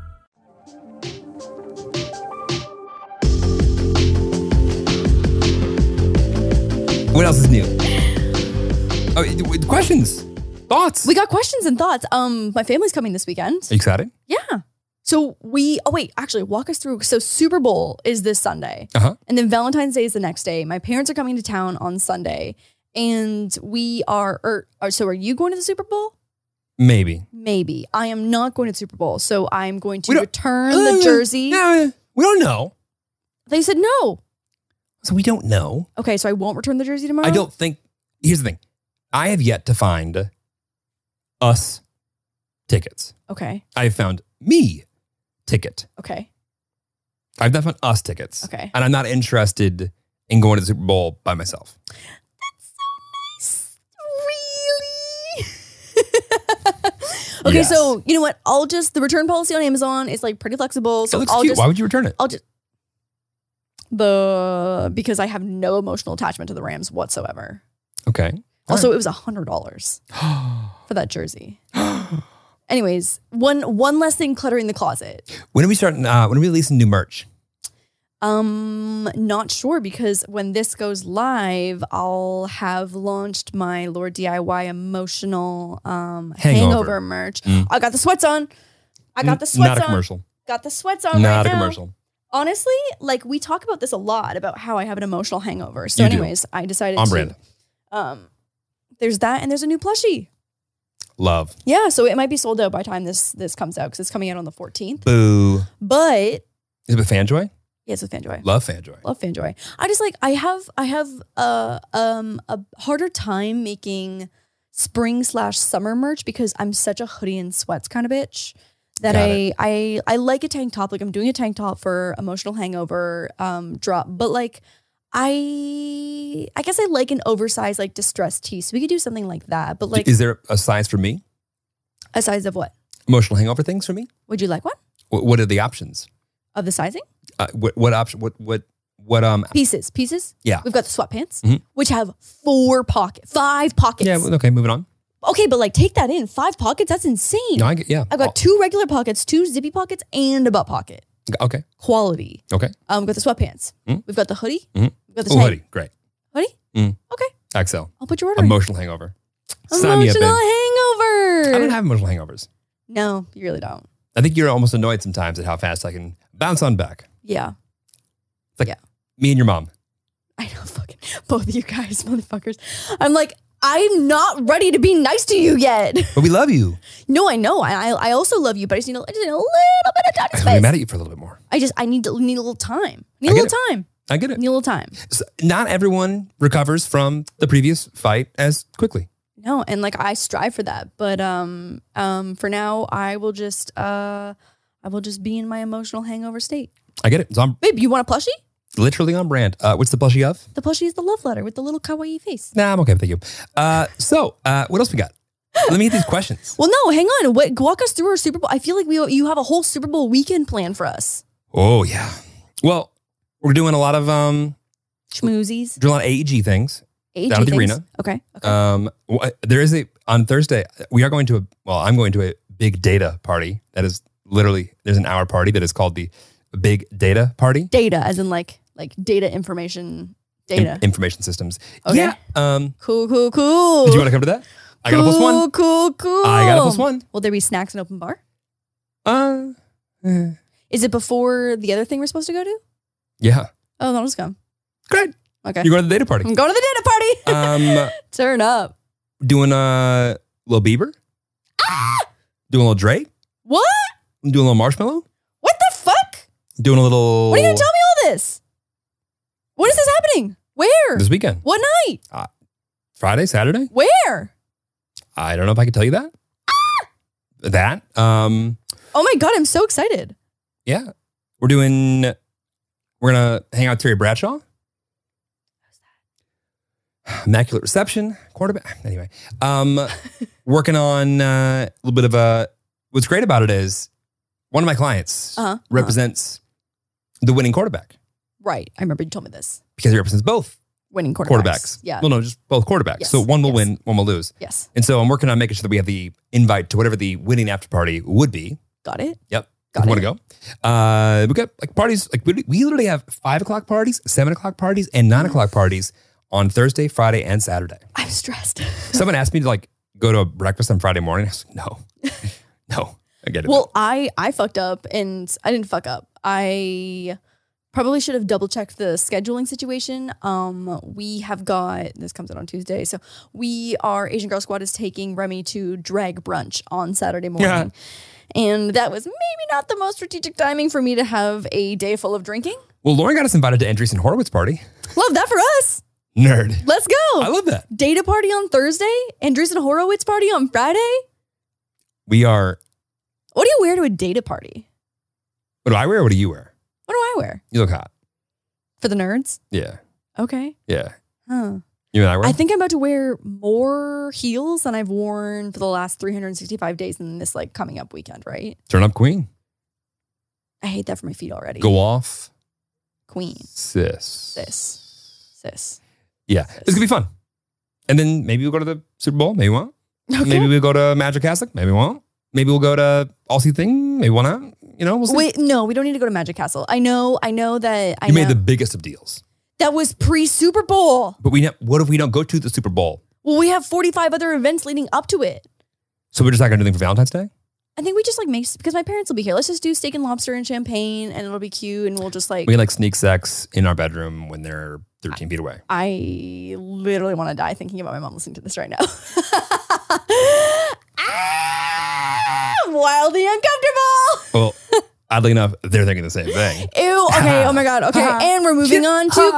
A: What else is new? Oh, it- with questions, thoughts.
B: We got questions and thoughts. Um, my family's coming this weekend.
A: Are you excited?
B: Yeah. So we, oh wait, actually walk us through. So Super Bowl is this Sunday.
A: Uh-huh.
B: And then Valentine's Day is the next day. My parents are coming to town on Sunday. And we are, or, or- so are you going to the Super Bowl?
A: Maybe.
B: Maybe. I am not going to the Super Bowl. So I'm going
A: We
B: to
A: don't-
B: return the jersey.
A: Uh, Yeah, we don't know.
B: They said no.
A: So we don't know.
B: Okay. So I won't return the jersey tomorrow.
A: I don't think. Here's the thing. I have yet to find us tickets.
B: Okay.
A: I have found me ticket.
B: Okay.
A: I've not found us tickets.
B: Okay.
A: And I'm not interested in going to the Super Bowl by myself.
B: Really? okay.
A: Yes.
B: So you know what? I'll just, the return policy on Amazon is like pretty flexible.
A: So
B: So
A: it looks
B: I'll
A: cute.
B: just,
A: Why would you return it?
B: I'll just the because I have no emotional attachment to the Rams whatsoever.
A: okay. All
B: also, it was a hundred dollars for that jersey. Anyways, one one less thing cluttering the closet.
A: When are we starting? Uh, when are we releasing new merch?
B: Um, not sure because when this goes live, I'll have launched my Lord DIY emotional um
A: Hangover. Mm.
B: hangover, merch. I got the sweats on. I got the
A: N- Not
B: sweats
A: a
B: on.
A: commercial.
B: Got the sweats on.
A: Not
B: right
A: a
B: now.
A: commercial.
B: honestly, like we talk about this a lot about how I have an emotional hangover. So,
A: You do.
B: anyways, I decided
A: On
B: to.
A: brand.
B: Um, there's that, and there's a new plushie.
A: Love.
B: Yeah, so it might be sold out by the time this this comes out because it's coming out on the 14th.
A: Boo.
B: But
A: Is it with Fanjoy?
B: yes, with Fanjoy.
A: Love Fanjoy.
B: Love Fanjoy. I just like I have I have a um a harder time making spring slash summer merch because I'm such a hoodie and sweats kind of bitch that
A: Got
B: I I I like a tank top. Like I'm doing a tank top for emotional hangover um drop, but like I I guess I like an oversized like distressed tee. So we could do something like that. But like
A: Is there a size for me?
B: a size of what?
A: Emotional hangover things for me?
B: Would you like one
A: What, what are the options?
B: of the sizing?
A: Uh, what, what option? What what what um?
B: Pieces, pieces.
A: Yeah.
B: We've got the sweatpants,
A: Mhm.
B: which have four pockets, five pockets.
A: Yeah. well, Okay. Moving on.
B: Okay, but like take that in. Five pockets, that's insane.
A: No, I get. Oh. Yeah.
B: I've got two regular pockets, two zippy pockets, and a butt pocket.
A: Oh, Okay.
B: Quality.
A: Okay.
B: Um, we've got the sweatpants.
A: Mm.
B: We've got the hoodie.
A: Mhm.
B: We've got the
A: Oh,
B: tank.
A: hoodie. Great.
B: Hoodie?
A: Mm.
B: Okay.
A: Excel.
B: I'll put your order. in.
A: Emotional hangover. Sign me up,
B: Emotional
A: babe.
B: hangover.
A: I don't have emotional hangovers.
B: no, you really don't.
A: I think you're almost annoyed sometimes at how fast I can bounce on back.
B: Yeah.
A: Me and your mom.
B: I know fucking both of you guys, motherfuckers. I'm like, I'm not ready to be nice to you yet.
A: But we love you.
B: No, I know. I I I also love you, but I just need a, I just need a little bit of time
A: I'm
B: and
A: gonna be
B: space.
A: mad at you for a little bit more.
B: I just I need to need a little time. Need
A: I
B: a
A: get
B: little time.
A: I get it.
B: Need a little time.
A: So not everyone recovers from the previous fight as quickly.
B: No, and like I strive for that, but um um for now I will just uh I will just be in my emotional hangover state.
A: I get it. It's on,
B: Babe, you want a plushie?
A: literally on brand. Uh, what's the plushie of?
B: The plushie is the love letter with the little kawaii face.
A: Nah, I'm okay. Thank you. Uh, so, uh, what else we got? Let me hit these questions.
B: Well, no, hang on. What, walk us through our Super Bowl. I feel like we you have a whole Super Bowl weekend plan for us.
A: Oh yeah. Well, we're doing a lot of um,
B: Schmoozies.
A: doing a lot of AEG things.
B: AG
A: Down at the
B: things.
A: arena.
B: Okay. okay.
A: Um, wh- there is a on Thursday. We are going to a well. I'm going to a big data party. That is literally there's an hour party that is called the Big Data Party.
B: data, as in like like data information
A: In-
B: data.
A: information systems.
B: Okay.
A: Yeah. Um,
B: cool, cool, cool.
A: did you want to come to that? I got a plus one.
B: Cool, cool, cool.
A: I got a plus one.
B: Will there be snacks and open bar?
A: Uh, eh,
B: Is it before the other thing we're supposed to go to?
A: yeah.
B: Oh, then I'll just go.
A: Great.
B: Okay.
A: You're going to the data party.
B: I'm going to the data party.
A: Um,
B: Turn up.
A: doing a little Bieber.
B: Ah!
A: Doing a little Drake.
B: What?
A: Doing a little Marshmallow.
B: What the fuck?
A: Doing a little.
B: What are you gonna tell me all this? What is this happening? Where?
A: This weekend,
B: what night?
A: Friday, Saturday.
B: Where?
A: I don't know if I can tell you that.
B: Ah!
A: That. Um.
B: Oh my god, I'm so excited.
A: Yeah. We're doing. We're gonna hang out with Terry Bradshaw. Immaculate reception, quarterback. Anyway, um, working on uh, a little bit of a. What's great about it is, one of my clients
B: Uh-huh.
A: represents the winning quarterback
B: Right. I remember you told me this.
A: because he represents both
B: Winning quarterbacks.
A: quarterbacks.
B: Yeah.
A: Well, no, just both quarterbacks.
B: Yes,
A: So one will
B: yes.
A: win, one will lose.
B: Yes.
A: And so I'm working on making sure that we have the invite to whatever the winning after party would be.
B: Got it.
A: Yep.
B: Got
A: Want
B: it.
A: to go? Uh, we got like parties. Like we, we literally have five o'clock parties, seven o'clock parties, and nine o'clock parties on Thursday, Friday, and Saturday.
B: I'm stressed.
A: Someone asked me to like go to a breakfast on Friday morning. I was like, no, no, I get it.
B: well, I I fucked up and I didn't fuck up. I probably should have double checked the scheduling situation. Um, we have got this comes out on Tuesday, so we our Asian Girl Squad is taking Remy to drag brunch on Saturday morning.
A: Yeah.
B: And that was maybe not the most strategic timing for me to have a day full of drinking.
A: well, Lauren got us invited to Andreessen Horowitz party.
B: Love that for us.
A: Nerd.
B: Let's go.
A: I love that.
B: Data party on Thursday, Andreessen Horowitz party on Friday.
A: We are.
B: What do you wear to a data party?
A: What do I wear? What do you wear?
B: What do I wear?
A: You look hot.
B: For the nerds?
A: Yeah,
B: Okay.
A: yeah.
B: Huh.
A: You and I wear.
B: I think I'm about to wear more heels than I've worn for the last 365 days in this like coming up weekend, right?
A: Turn up queen.
B: I hate that for my feet already.
A: Go off,
B: Queen,
A: sis.
B: Sis. sis.
A: Yeah, it's gonna be fun. And then maybe we'll go to the Super Bowl. Maybe we won't. Maybe we'll go to Magic Castle. Maybe we won't. Maybe we'll go to Aussie Thing. Maybe we'll not. You know, we'll see.
B: Wait, no, we don't need to go to Magic Castle. I know, I know that I
A: you made
B: know-
A: the biggest of deals.
B: that was pre Super Bowl.
A: But we ne- what if we don't go to the Super Bowl?
B: Well, we have 45 other events leading up to it.
A: So we're just not gonna do anything for Valentine's Day?
B: I think we just like make because my parents will be here. Let's just do steak and lobster and champagne, and it'll be cute, and we'll just like.
A: We can, like sneak sex in our bedroom when they're 13 feet away.
B: I literally want to die thinking about my mom listening to this right now. ah, wildly uncomfortable.
A: Well, oddly enough, they're thinking the same thing.
B: Ew. Okay. Oh my god. Okay. and we're moving on to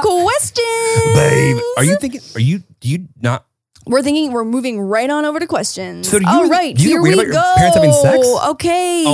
B: questions.
A: Babe, are you thinking are you do you not
B: We're thinking we're moving right on over to questions.
A: So do you
B: All
A: really-
B: right,
A: do you
B: here
A: read
B: we
A: about your
B: go.
A: parents having sex?
B: Okay.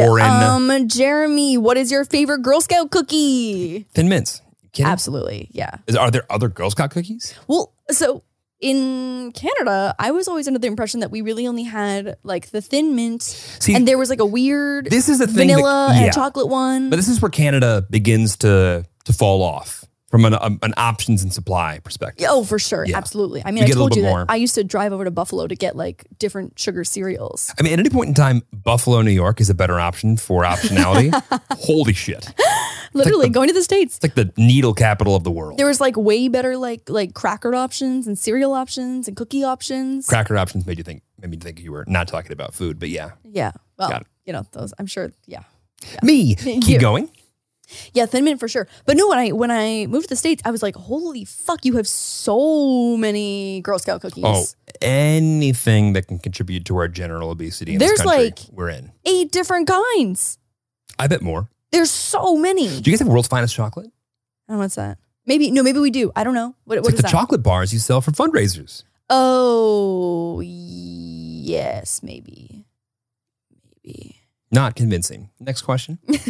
A: Oh, Warren.
B: Um, Jeremy, what is your favorite Girl Scout cookie?
A: thin mints? You kidding?
B: Absolutely. Yeah.
A: Is, are there other Girl Scout cookies?
B: Well, so in Canada, I was always under the impression that we really only had like the thin mint,
A: See,
B: and there was like a weird
A: this is the thing that-
B: vanilla and
A: yeah.
B: a chocolate one.
A: But this is where Canada begins to to fall off from an, um, an options and supply perspective.
B: Oh, for sure,
A: Yeah.
B: absolutely. I
A: We
B: mean, I
A: get a little
B: told you
A: bit
B: that
A: more.
B: I used to drive over to Buffalo to get like different sugar cereals.
A: I mean, at any point in time, Buffalo, New York is a better option for optionality. Holy shit. It's
B: Literally
A: the-
B: going to the states.
A: like the needle capital of the world.
B: There was like way better like like cracker options and cereal options and cookie options.
A: Cracker options made you think made me think you were not talking about food, but yeah.
B: yeah. Well,
A: Got it.
B: you know, those, I'm sure, yeah.
A: Me. Keep
B: You.
A: going.
B: Yeah, Thin Mint for sure. But no, when I when I moved to the states, I was like, "Holy fuck, you have so many Girl Scout cookies."
A: Oh, anything that can contribute to our general obesity in this
B: There's
A: country,
B: like-
A: we're in.
B: Eight different kinds.
A: I bet more.
B: There's so many.
A: Do you guys have world's finest chocolate?
B: and what's that? Maybe no, maybe we do. I don't know. What,
A: It's
B: what
A: like
B: is
A: the
B: that?
A: chocolate bars you sell for fundraisers.
B: oh, yes, maybe. Maybe.
A: Not convincing. Next question.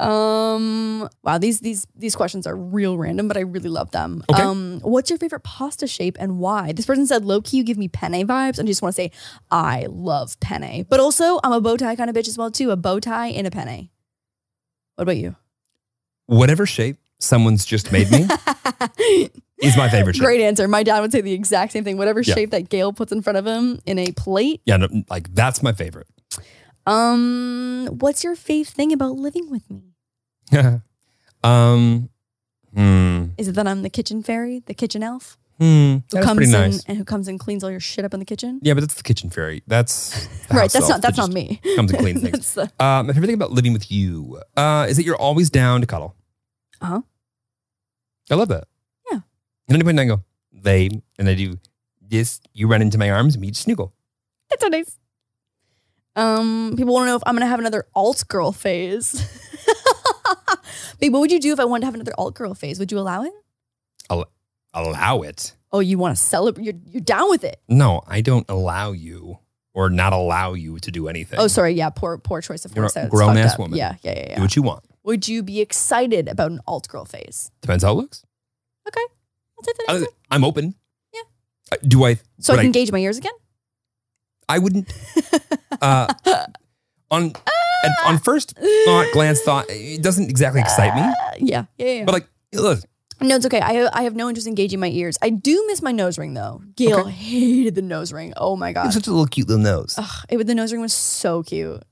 B: um wow, these these these questions are real random, but I really love them.
A: Okay.
B: Um what's your favorite pasta shape and why? This person said low key you give me penne vibes and I just want to say I love penne. But also I'm a bow tie kind of bitch as well too, a bow tie and a penne. What about you?
A: Whatever shape someone's just made me is my favorite shape.
B: Great answer. My dad would say the exact same thing. Whatever
A: Yeah.
B: shape that Gail puts in front of him in a plate.
A: Yeah, no, like that's my favorite.
B: Um, what's your fave thing about living with me?
A: um, hmm,
B: Is it that I'm the kitchen fairy, the kitchen elf
A: hmm,
B: who
A: that's
B: comes
A: pretty
B: in
A: nice.
B: and who comes and cleans all your shit up in the kitchen?
A: Yeah, but that's the kitchen fairy. That's the
B: right.
A: house
B: That's
A: elf
B: not.
A: that
B: That's not
A: just
B: me.
A: Comes and cleans things.
B: That's the-
A: Uh, my favorite thing about living with you uh, is that you're always down to cuddle.
B: Uh-huh.
A: I love that.
B: Yeah.
A: And anybody I go, they, and they do this, you run into my arms and we just snuggle.
B: that's so nice. Um, people want to know if I'm gonna have another alt girl phase. Babe, what would you do if I wanted to have another alt girl phase? Would you allow it?
A: Allow it.
B: Oh, you want to celebrate? You're you're down with it.
A: No, I don't allow you or not allow you to do anything.
B: Oh, sorry. Yeah, poor poor choice of
A: You're
B: words.
A: a
B: That's
A: grown
B: fucked
A: ass
B: up.
A: woman.
B: Yeah, yeah, yeah.
A: Do
B: yeah.
A: what you want.
B: Would you be excited about an alt girl phase?
A: Depends how it looks.
B: I'll take the next
A: I,
B: one.
A: I'm open.
B: Yeah.
A: Uh, Do I?
B: So I
A: would
B: can gauge my ears again.
A: I wouldn't. Uh, on at- on first thought, glance thought, it doesn't exactly excite me.
B: Uh, yeah, yeah, yeah.
A: But like, look,
B: no, it's okay. I I have no interest in gauging my ears. I do miss my nose ring though. Gail hated the nose ring. Oh my
A: it's
B: god,
A: such a little cute little nose.
B: Ugh, it was- the nose ring was so cute.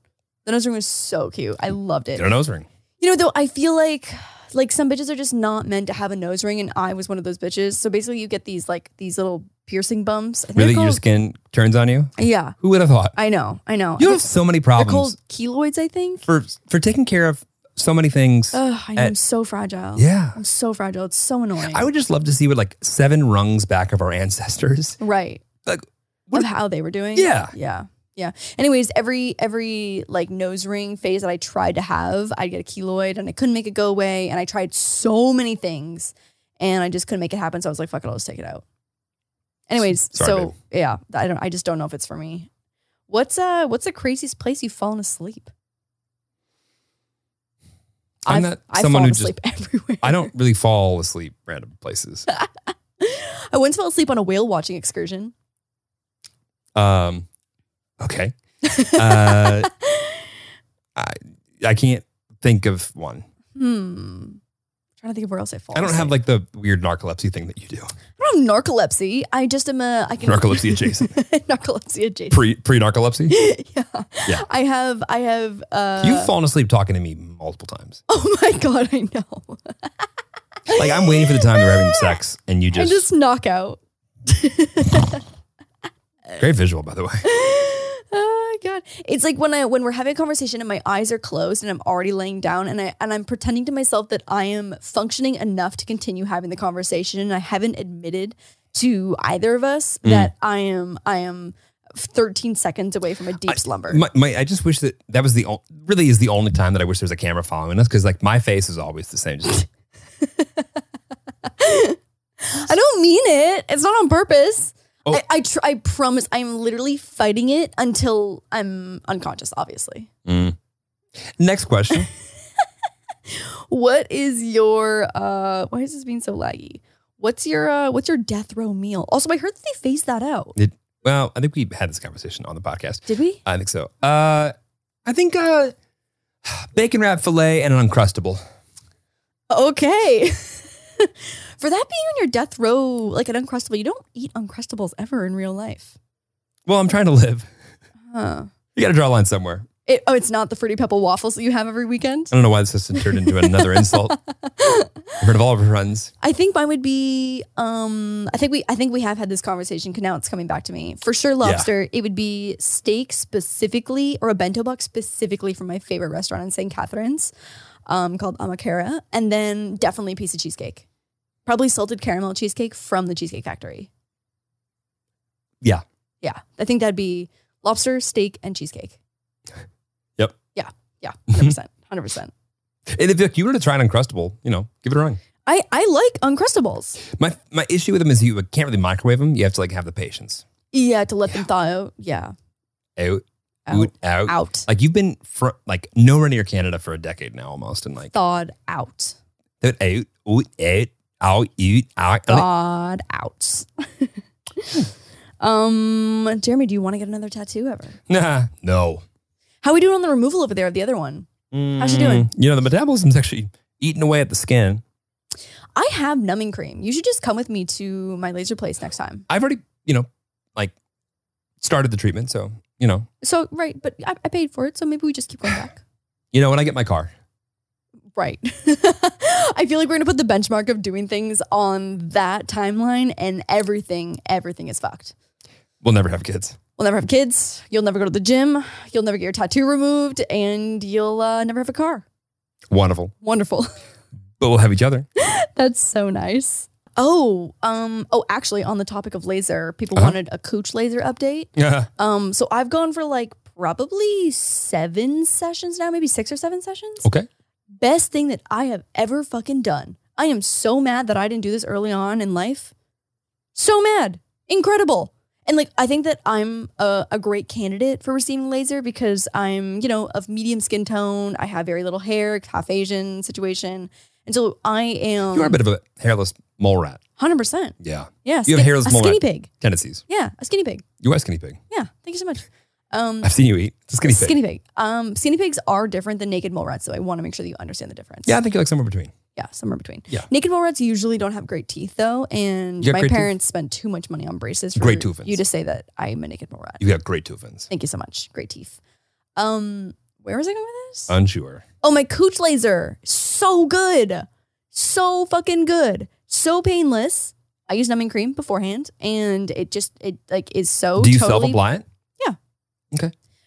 B: The nose ring was so cute. I loved it.
A: Get a nose ring.
B: You know, though, I feel like like some bitches are just not meant to have a nose ring, and I was one of those bitches. So basically, you get these like these little piercing bumps. I think they're
A: Really, your
B: called-
A: skin turns on you.
B: yeah,
A: Who would have thought?
B: I know, I know.
A: You have so many
B: they're
A: problems
B: called keloids, I think.
A: for for taking care of so many things.
B: Ugh, I know, I'm
A: at-
B: so fragile.
A: Eh. yeah,
B: I'm so fragile. It's so annoying.
A: I would just love to see what like seven rungs back of our ancestors.
B: right.
A: Like, what
B: of
A: if-
B: how they were doing.
A: Yeah.
B: Yeah. Yeah. Anyways, every every like nose ring phase that I tried to have, I'd get a keloid and I couldn't make it go away. And I tried so many things and I just couldn't make it happen. So I was like, fuck it, I'll just take it out. Anyways,
A: Sorry,
B: so yeah, I don't I just don't know if it's for me. What's uh what's the craziest place you've fallen asleep?
A: I'm
B: I've-
A: not
B: I've
A: someone
B: fallen
A: who just-
B: asleep everywhere.
A: I don't really fall asleep random places.
B: I once fell asleep on a whale watching excursion.
A: Um, okay, uh, I I can't think of one.
B: Hmm. trying to think of where else I fall.
A: I don't
B: asleep.
A: have like the weird narcolepsy thing that you do.
B: I don't have narcolepsy. I just am a I can
A: Narcolepsy adjacent.
B: narcolepsy adjacent.
A: Pre pre narcolepsy.
B: yeah.
A: Yeah.
B: I have I have uh
A: You've fallen asleep talking to me multiple times.
B: Oh my god, I know.
A: Like I'm waiting for the time they're having sex, and you
B: I
A: just,
B: just knock out.
A: great visual by the way.
B: oh my god. It's like when I when we're having a conversation and my eyes are closed and I'm already laying down and I and I'm pretending to myself that I am functioning enough to continue having the conversation and I haven't admitted to either of us
A: Mm.
B: that I am I am 13 seconds away from a deep slumber.
A: My, my, I just wish that that was the ol- really is the only time that I wish there was a camera following us because like my face is always the same. Just,
B: I don't mean it. It's not on purpose.
A: Oh.
B: I I, tr- I promise. I'm literally fighting it until I'm unconscious. Obviously.
A: mm. Next question.
B: What is your uh? Why is this being so laggy? What's your uh? What's your death row meal? Also, I heard that they phased that out.
A: well, I think we had this conversation on the podcast.
B: Did we?
A: I think so. Uh, I think uh, bacon wrap fillet and an uncrustable.
B: Okay. For that being on your death row, like an uncrustable, you don't eat uncrustables ever in real life.
A: Well, I'm trying to live.
B: Huh.
A: You got to draw a line somewhere.
B: It, oh, it's not the fruity pebble waffles that you have every weekend.
A: I don't know why this has turned into another insult. I've heard of all of her runs.
B: I think mine would be. Um, I think we. I think we have had this conversation. 'cause Now it's coming back to me for sure. Lobster. It would be steak specifically, or a bento box specifically from my favorite restaurant in St. Catharines, um, called Amakara, and then definitely a piece of cheesecake, probably salted caramel cheesecake from the Cheesecake Factory.
A: Yeah.
B: Yeah, I think that'd be lobster, steak, and cheesecake.
A: Yep.
B: Yeah. Yeah. Hundred percent. Hundred percent.
A: And if like, you were to try an Uncrustable, you know, give it a run.
B: I I like uncrustables.
A: My my issue with them is you can't really microwave them. You have to like have the patience.
B: Yeah, to let them thaw out. Yeah.
A: Out,
B: Out.
A: out, out.
B: Out.
A: Like you've been fr- like nowhere near Canada for a decade now almost, and like
B: Thawed out.
A: that out, out, out, out, out, out. I'm like,
B: Thawed out. um, Jeremy, do you want to get another tattoo ever?
A: nah, no.
B: How we doing on the removal over there of the other one? How's she doing?
A: Mm. You know, the metabolism's actually eating away at the skin.
B: I have numbing cream. You should just come with me to my laser place next time.
A: I've already, you know, like started the treatment, so you know,
B: So right, but I, I paid for it, so maybe we just keep going back.
A: you know, when I get my car,
B: Right. I feel like we're gonna put the benchmark of doing things on that timeline, and everything, everything is fucked.
A: we'll never have kids.
B: We'll never have kids. You'll never go to the gym. You'll never get your tattoo removed, and you'll uh, never have a car.
A: Wonderful,
B: Wonderful.
A: but we'll have each other.
B: That's so nice. Oh, um, oh, actually, on the topic of laser, people
A: Uh-huh.
B: wanted a cooch laser update.
A: Yeah,
B: Um, so I've gone for like probably seven sessions now, maybe six or seven sessions.
A: okay.
B: best thing that I have ever fucking done. I am so mad that I didn't do this early on in life. So mad. Incredible. And like, I think that I'm a, a great candidate for receiving laser because I'm, you know, of medium skin tone. I have very little hair, half Asian situation. And so I am
A: You are a bit of a hairless mole rat.
B: 100%.
A: Yeah,
B: Yeah.
A: You have
B: skin-
A: hair as
B: a
A: mole
B: skinny
A: rat.
B: pig.
A: tendencies.
B: Yeah. A skinny pig.
A: You are a skinny pig.
B: Yeah. Thank you so much. Um,
A: I've seen you eat. It's a skinny pig.
B: Skinny pig. Um, skinny pigs are different than naked mole rats, so I want to make sure that you understand the difference.
A: Yeah, I think you're like somewhere between.
B: yeah, somewhere between.
A: Yeah.
B: Naked mole rats usually don't have great teeth though, and
A: You got
B: my
A: great teeth?
B: parents spent too much money on braces for
A: Great tooth fins.
B: you to say that I'm a naked mole rat.
A: You got great two fins.
B: Thank you so much. Great teeth. Um, where was I going with
A: Uh.
B: this?
A: Unsure.
B: oh, my cooch laser. So good. So fucking good. So painless. I use numbing cream beforehand and it just it like is so
A: Do you
B: Oh, totally
A: self apply it?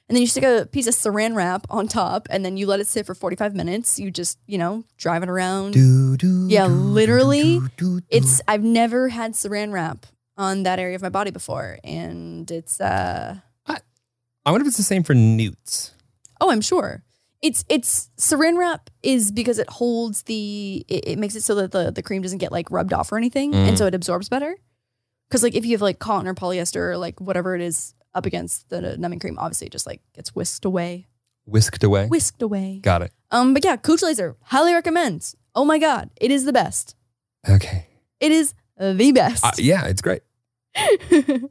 B: and then you stick a piece of saran wrap on top and then you let it sit for 45 minutes. You just, you know, drive it around.
A: Do, do,
B: Mm. Yeah, literally,
A: do, do.
B: It's I've never had saran wrap on that area of my body before, and it's uh
A: I wonder if it's the same for newts.
B: oh I'm sure it's it's saran wrap is because it holds the it, it makes it so that the the cream doesn't get like rubbed off or anything, and so it absorbs better. Because like if you have like cotton or polyester or like whatever it is up against the numbing cream, obviously it just like gets whisked away,
A: Whisked away.
B: whisked away.
A: got it.
B: Um, but yeah, Cooch Laser highly recommends. Oh my god, it is the best.
A: Okay.
B: It is the best.
A: Uh, yeah, it's great.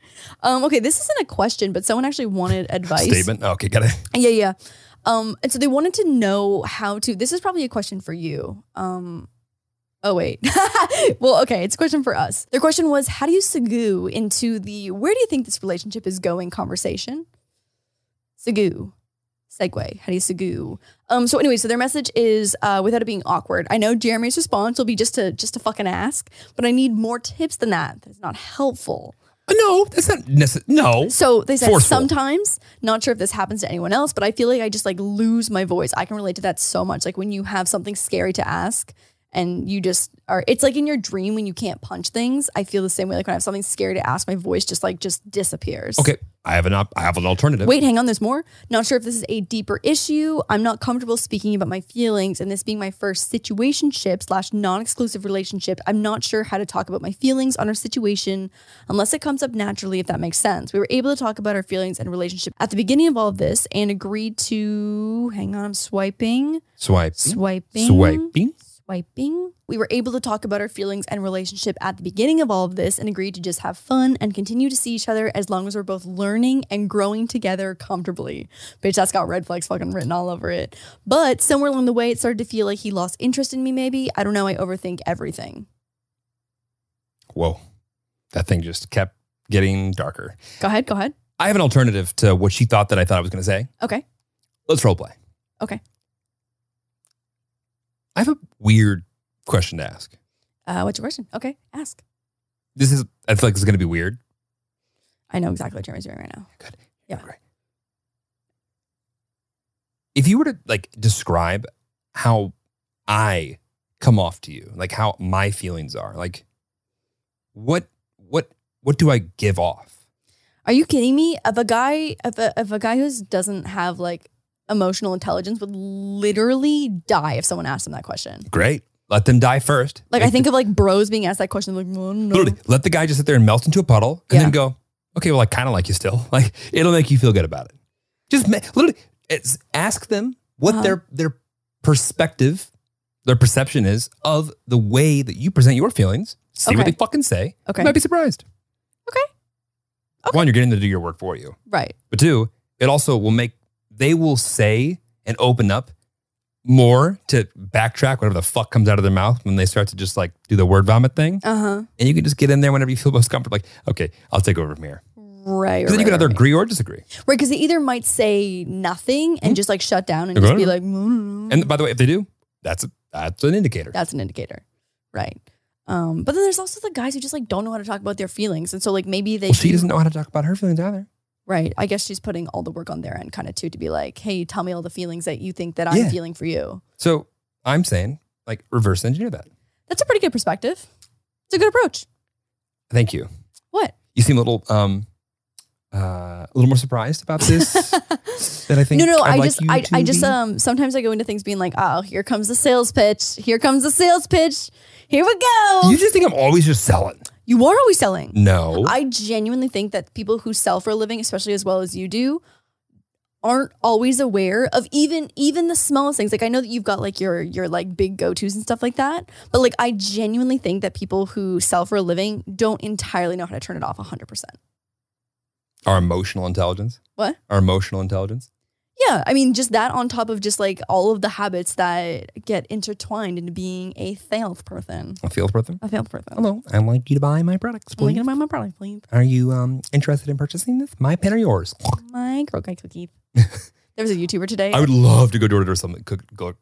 B: um, okay, this isn't a question, but someone actually wanted advice.
A: Statement. Oh, Okay, got it.
B: Yeah, yeah. Um, and so they wanted to know how to. This is probably a question for you. Um, oh wait. well, okay, it's a question for us. Their question was, how do you segue into the where do you think this relationship is going conversation? Segue. Segue. How do you segue? Um, so anyway, so their message is uh, without it being awkward. I know Jeremy's response will be just to just to fucking ask, but I need more tips than that. That's not helpful.
A: Uh, No, that's not necessary. No.
B: So they said
A: Forceful.
B: sometimes, not sure if this happens to anyone else, but I feel like I just like lose my voice. I can relate to that so much. Like when you have something scary to ask and you just are it's like in your dream when you can't punch things. I feel the same way like when I have something scary to ask, my voice just like just disappears.
A: Okay, I have an op- I have an alternative.
B: Wait, hang on, there's more. Not sure if this is a deeper issue. I'm not comfortable speaking about my feelings and this being my first situationship slash non-exclusive relationship. I'm not sure how to talk about my feelings on our situation unless it comes up naturally, if that makes sense. We were able to talk about our feelings and relationship at the beginning of all of this and agreed to hang on, I'm swiping.
A: Swipe.
B: Swiping.
A: Swiping.
B: Swiping. We were able to talk about our feelings and relationship at the beginning of all of this and agreed to just have fun and continue to see each other as long as we're both learning and growing together comfortably. Bitch, that's got red flags fucking written all over it. But somewhere along the way, it started to feel like he lost interest in me, maybe. I don't know. I overthink everything.
A: Whoa, that thing just kept getting darker.
B: Go ahead. Go ahead.
A: I have an alternative to what she thought that I thought I was going to say.
B: Okay.
A: Let's role play.
B: Okay.
A: I have a weird question to ask.
B: Uh, what's your question? Okay, ask.
A: This is I feel like this is gonna be weird.
B: I know exactly what Jeremy's doing right now.
A: Good.
B: Yeah.
A: Great. If you were to like describe how I come off to you, like how my feelings are, like what what what do I give off?
B: Are you kidding me? If a guy, if a, if a guy who doesn't have like emotional intelligence would literally die if someone asked him that question.
A: Great. Let them die first.
B: Like
A: Make
B: I think of like bros being asked that question. Like, no, no.
A: Literally, let the guy just sit there and melt into a puddle and
B: Yeah.
A: then go, okay, well, I kind of like you still. Like, it'll make you feel good about it. Just ma- literally it's, ask them what
B: Uh-huh.
A: their, their perspective, their perception is of the way that you present your feelings. See what
B: Okay.
A: they fucking say.
B: Okay.
A: You might be surprised.
B: Okay.
A: One, you're getting them to do your work for you.
B: right.
A: But two, it also will make, they will say and open up more to backtrack whatever the fuck comes out of their mouth when they start to just like do the word vomit thing
B: Uh huh.
A: and you can just get in there whenever you feel most comfortable. Like, okay, I'll take over from here.
B: Right.
A: 'Cause then you
B: right, Mm-hmm.
A: can either
B: right.
A: agree or disagree.
B: Right, because they either might say nothing and just like shut down and
A: Mm-hmm. They're
B: just
A: going to-
B: be like, "No, no, no."
A: And by the way, if they do, that's a, that's an indicator.
B: that's an indicator, right? Um, but then there's also the guys who just like don't know how to talk about their feelings, and so like maybe they
A: well, she
B: do-
A: doesn't know how to talk about her feelings either.
B: right. I guess she's putting all the work on their end, kind of too, to be like, hey, tell me all the feelings that you think that I'm
A: Yeah.
B: feeling for you.
A: So I'm saying, like, reverse engineer that.
B: That's a pretty good perspective. It's a good approach.
A: Thank you.
B: What?
A: You seem a little um, uh, a little more surprised about this than I think.
B: no, no,
A: I'd
B: I
A: like
B: just,
A: you
B: I,
A: to
B: I just,
A: be.
B: um, sometimes I go into things being like, oh, here comes the sales pitch. Here comes the sales pitch. Here we go.
A: You
B: You,
A: just think I'm always just selling?
B: are always selling.
A: No,
B: I genuinely think that people who sell for a living, especially as well as you do, aren't always aware of even even the smallest things. Like I know that you've got like your your like big go-tos and stuff like that, but like I genuinely think that people who sell for a living don't entirely know how to turn it off 100%.
A: our emotional intelligence.
B: What?
A: Our emotional intelligence.
B: Yeah, I mean, just that on top of just like all of the habits that get intertwined into being a salesperson.
A: I feel for them.
B: A salesperson.
A: Hello, I'd like you to buy my products,
B: I'm
A: please.
B: gonna buy my product, please.
A: Are you um interested in purchasing this? My pen or yours?
B: My girl guide cookie. there was a YouTuber today.
A: I would love to go door to door something. Cook, go,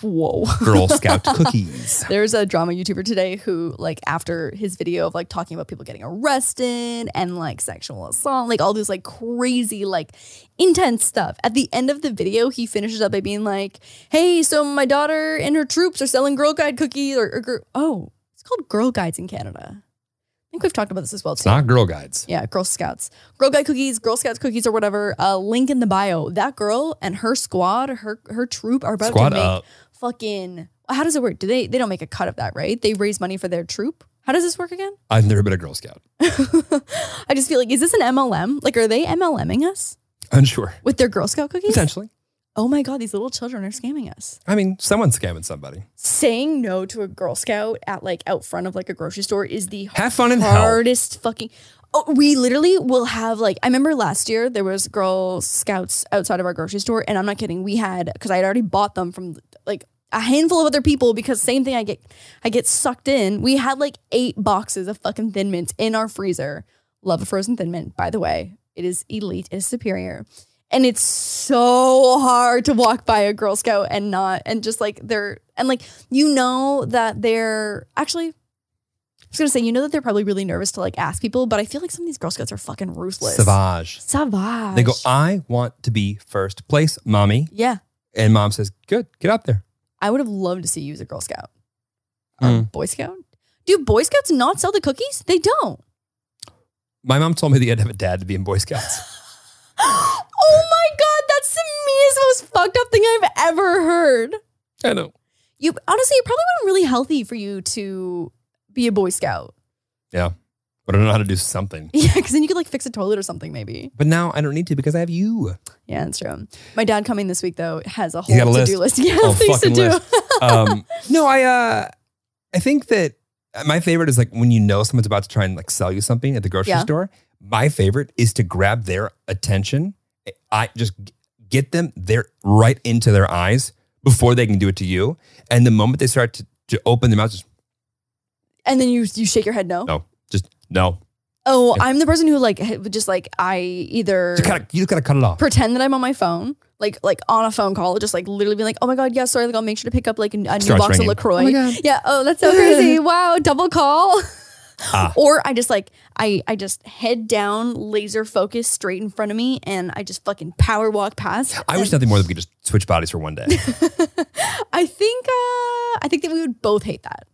B: Whoa.
A: Girl Scout cookies.
B: There's a drama YouTuber today who, like, after his video of like talking about people getting arrested and like sexual assault, like all this like crazy, like intense stuff. At the end of the video, he finishes up by being like, "Hey, so my daughter and her troops are selling Girl Guide cookies, or, or gir- oh, it's called Girl Guides in Canada. I think we've talked about this as well
A: It's
B: too.
A: not Girl Guides.
B: Yeah, Girl Scouts, Girl Guide cookies, Girl Scouts cookies, or whatever. Uh, link in the bio. That girl and her squad, her her troop are about
A: Squad
B: to make
A: up.
B: fucking. How does it work? Do they they don't make a cut of that, right? They raise money for their troop. How does this work again?
A: I've never been a Girl Scout.
B: I just feel like is this an MLM? Like, are they MLMing us
A: Unsure.
B: with their Girl Scout cookies?
A: Essentially.
B: Oh my god, these little children are scamming us.
A: I mean, someone's scamming somebody.
B: Saying no to a Girl Scout at like out front of like a grocery store is the
A: Have fun in hell.
B: hardest fucking. Oh, we literally will have like I remember last year there was Girl Scouts outside of our grocery store, and I'm not kidding. We had because I had already bought them from like a handful of other people because same thing. I get I get sucked in. We had like eight boxes of fucking Thin Mints in our freezer. Love a frozen Thin Mint, by the way. It is elite. It is superior. And it's so hard to walk by a Girl Scout and not and just like they're and like you know that they're actually I was gonna say, you know that they're probably really nervous to like ask people, but I feel like some of these Girl Scouts are fucking ruthless.
A: Savage.
B: Savage.
A: They go, I want to be first place, mommy.
B: yeah,
A: And mom says, Good, get out there.
B: I would have loved to see you as a Girl Scout or
A: Hmm.
B: Boy Scout. Do Boy Scouts not sell the cookies? They don't.
A: My mom told me that you had to have a dad to be in Boy Scouts.
B: oh my god, that's the meanest, most fucked up thing I've ever heard.
A: I know.
B: You honestly, it probably wasn't really healthy for you to be a Boy Scout.
A: Yeah. But I don't know how to do something.
B: Yeah, because then you could like fix a toilet or something, maybe.
A: But now I don't need to because I have you.
B: Yeah, that's true. My dad coming this week though has a whole
A: He's got a
B: to
A: list.
B: do list. Yeah,
A: Oh,
B: things to
A: fucking
B: do.
A: list. um, no, I uh, I think that my favorite is like when you know someone's about to try and like sell you something at the grocery
B: Yeah.
A: store. My favorite is to grab their attention. I just g- get them there right into their eyes before they can do it to you. And the moment they start to, to open their mouth, just
B: and then you you shake your head no.
A: no, just no,
B: Oh, I'm the person who like h- would just like I either
A: Just gotta, you just gotta cut it off.
B: pretend that I'm on my phone, like like on a phone call, just like literally being like, oh my god, yeah, sorry, like I'll make sure to pick up like a, a new
A: Starts
B: box
A: ringing.
B: of Lacroix. Yeah. Oh, that's so crazy. wow, double call.
A: Ah.
B: Or I just like I I just head down, laser focus straight in front of me, and I just fucking power walk past.
A: I wish nothing more than we could just switch bodies for one day.
B: I think uh I think that we would both hate that.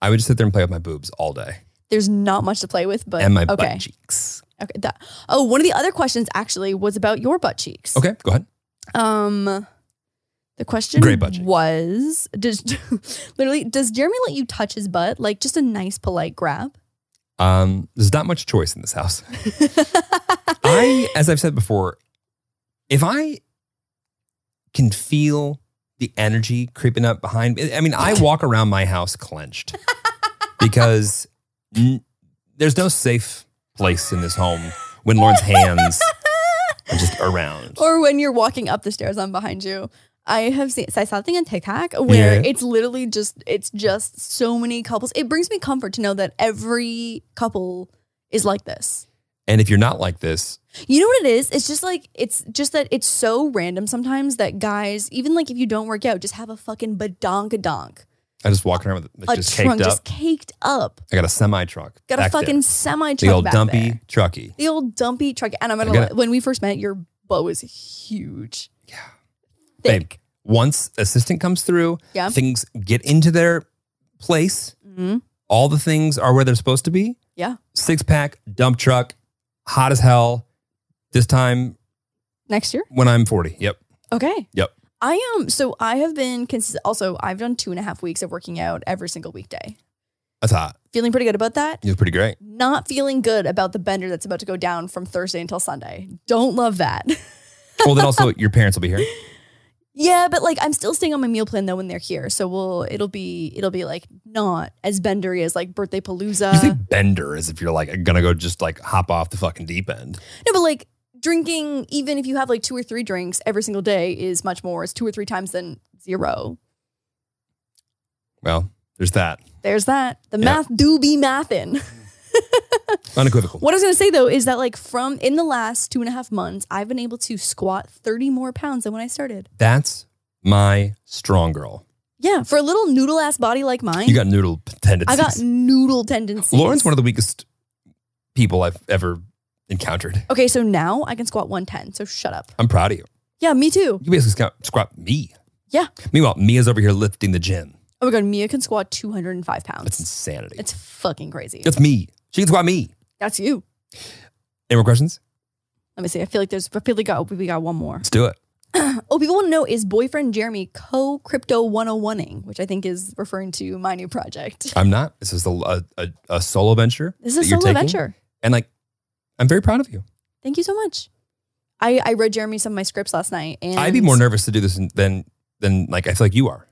A: I would just sit there and play with my boobs all day
B: There's not much to play with, but
A: and my
B: okay.
A: butt cheeks.
B: Okay. That. Oh, one of the other questions actually was about your butt cheeks.
A: Okay, go ahead.
B: Um, the question
A: Great butt cheeks.
B: was does literally does Jeremy let you touch his butt like just a nice polite grab?
A: Um, there's not much choice in this house. I, as I've said before, if I can feel the energy creeping up behind me, I mean, I walk around my house clenched because n- there's no safe place in this home when Lauren's hands are just around.
B: Or when you're walking up the stairs, I'm behind you. I have seen so I saw something on TikTok where
A: Yeah.
B: it's literally just it's just so many couples. It brings me comfort to know that every couple is like this.
A: and if you're not like this,
B: You know what it is? It's just like it's just that it's so random sometimes that guys, even like if you don't work out, just have a fucking badonkadonk,
A: I just walk around with
B: a
A: just
B: trunk
A: caked up.
B: just caked up,
A: I got a semi truck.
B: got a fucking semi
A: the
B: truck,
A: old dumpy trucky.
B: the old dumpy truck. And I'm gonna,
A: I got
B: lie, when we first met, your bow was huge, yeah,
A: Babe,
B: thick,
A: once assistant comes through,
B: Yeah.
A: things get into their place.
B: Mhm.
A: All the things are where they're supposed to be.
B: Yeah.
A: Six pack, dump truck, hot as hell. This time
B: Next year,
A: when I'm 40. Yep.
B: okay,
A: Yep.
B: I am. so I have been consi- also I've done two and a half weeks of working out every single weekday.
A: That's hot.
B: Feeling pretty good about that.
A: It was pretty great.
B: Not feeling good about the bender that's about to go down from Thursday until Sunday. Don't love that.
A: Well, then also your parents will be here.
B: Yeah, but like I'm still staying on my meal plan though when they're here. So we'll it'll be it'll be like not as bendery as like birthday palooza.
A: you say bender as if you're like gonna go just like hop off the fucking deep end.
B: no, but like drinking even if you have like two or three drinks every single day is much more. It's two or three times than zero.
A: Well, there's that.
B: There's that. The
A: Yeah.
B: math do be mathin'.
A: Unequivocal.
B: What I was gonna say though is that like from in the last two and a half months, I've been able to squat 30 more pounds than when I started.
A: That's my strong girl.
B: Yeah, for a little noodle ass body like mine,
A: You got noodle
B: I
A: tendencies.
B: got noodle tendencies.
A: Lauren's one of the weakest people I've ever encountered.
B: Okay, so now I can squat 110. So shut up.
A: I'm proud of you.
B: Yeah, me too.
A: You basically squat, squat me.
B: Yeah.
A: Meanwhile, Mia's over here lifting the gym.
B: Oh my god, Mia can squat 205
A: That's
B: pounds.
A: insanity.
B: It's fucking crazy.
A: That's me. She can squat me.
B: That's you.
A: Any more questions?
B: Let me see. I feel like there's. I feel like we got, we got one more.
A: Let's do it.
B: Oh, people want to know is boyfriend Jeremy co crypto 101ing, which I think is referring to my new project.
A: I'm not. This is a, a, a, a solo venture.
B: This is
A: that
B: a
A: you're
B: solo
A: taking.
B: venture.
A: And like, I'm very proud of you.
B: Thank you so much. I, I read Jeremy some of my scripts last night, and
A: I'd be more nervous to do this than than like I feel like you are.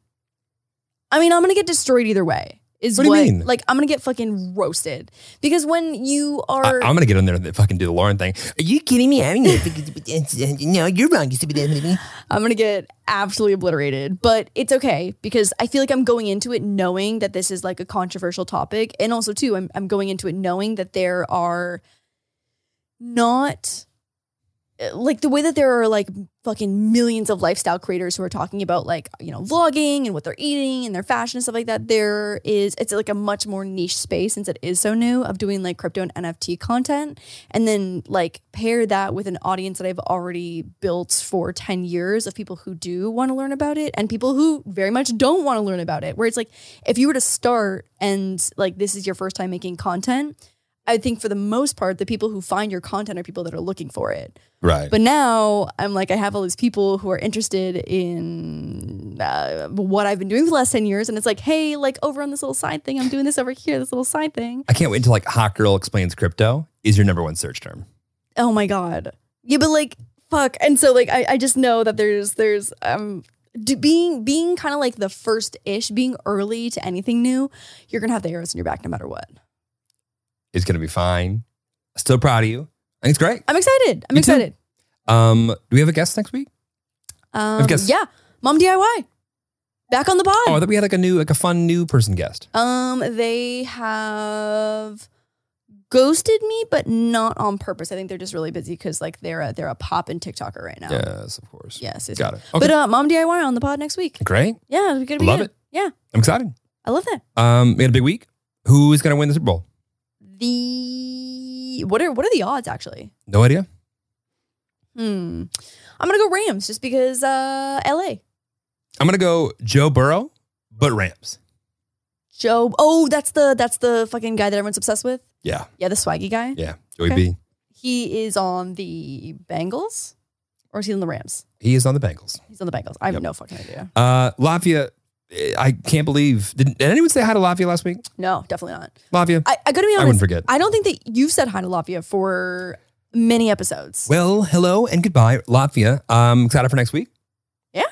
B: I mean, I'm gonna get destroyed either way. Is
A: What
B: what,
A: do you mean?
B: Like, I'm gonna get fucking roasted because when you
A: I,
B: are
A: am gonna get in there and fucking do the Lauren thing. Are you kidding me? I don't know. no, you're wrong. You stupid.
B: I'm gonna get absolutely obliterated, but it's okay because I feel like I'm going into it knowing that this is like a controversial topic, and also too, I'm I'm going into it knowing that there are not uh, like the way that there are like fucking millions of lifestyle creators who are talking about like you know vlogging and what they're eating and their fashion and stuff like that there is it's like a much more niche space since it is so new of doing like crypto and nft content and then like pair that with an audience that i've already built for 10 years of people who do want to learn about it and people who very much don't want to learn about it where it's like if you were to start and like this is your first time making content i think for the most part the people who find your content are people that are looking for it
A: Right.
B: but now I'm like, I have all these people who are interested in uh, what I've been doing for the last 10 years. And it's like, hey, like over on this little side thing, I'm doing this over here, this little side thing.
A: I can't wait until like hot girl explains crypto is your number one search term.
B: Oh my God. Yeah, but like, fuck. And so like, I, I just know that there's, there's, um, d being being kind of like the first ish, being early to anything new, you're gonna have the arrows in your back no matter what.
A: It's gonna be fine. Still proud of you. I think it's great.
B: I'm excited. I'm
A: Me too.
B: excited.
A: Um, do we have a guest next week?
B: Um,
A: guessed-
B: yeah, mom DIY, back on the pod.
A: Oh, I thought we had like a new, like a fun new person guest.
B: Um, they Um, have ghosted me, but not on purpose. I think they're just really busy because like they're a they're a pop and TikToker right now.
A: Yes, of course.
B: Yes. yes.
A: Got it. Okay.
B: But uh, mom DIY on the pod next week.
A: Great.
B: Yeah, we're gonna be
A: Love
B: good.
A: it.
B: Yeah,
A: I'm excited.
B: I love that.
A: Um, we had a big week. Who's going to win the Super Bowl?
B: The what are what are the odds actually?
A: No idea.
B: Hmm. I'm gonna go Rams just because uh LA.
A: I'm going to go Joe Burrow, but Rams.
B: Joe Oh, that's the that's the fucking guy that everyone's obsessed with.
A: Yeah.
B: Yeah, the swaggy guy.
A: Yeah. Joey
B: Okay.
A: B.
B: He is on the Bengals or is he on the Rams?
A: He is on the Bengals.
B: He's on the Bengals. I have
A: Yep.
B: no fucking idea.
A: Uh, Lafia, eh, I can't believe. Did, did anyone say hi to Lafia last week?
B: No, definitely not.
A: Lafia,
B: I, I gotta be
A: I
B: honest.
A: wouldn't forget.
B: I don't think that you've said hi to Lafia for many episodes.
A: Well, hello and goodbye, Latvia. I'm excited for next week.
B: Yeah.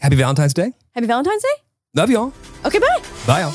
A: Happy Valentine's Day.
B: Happy Valentine's Day.
A: Love y'all.
B: Okay, bye.
A: Bye, y'all.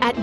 F: At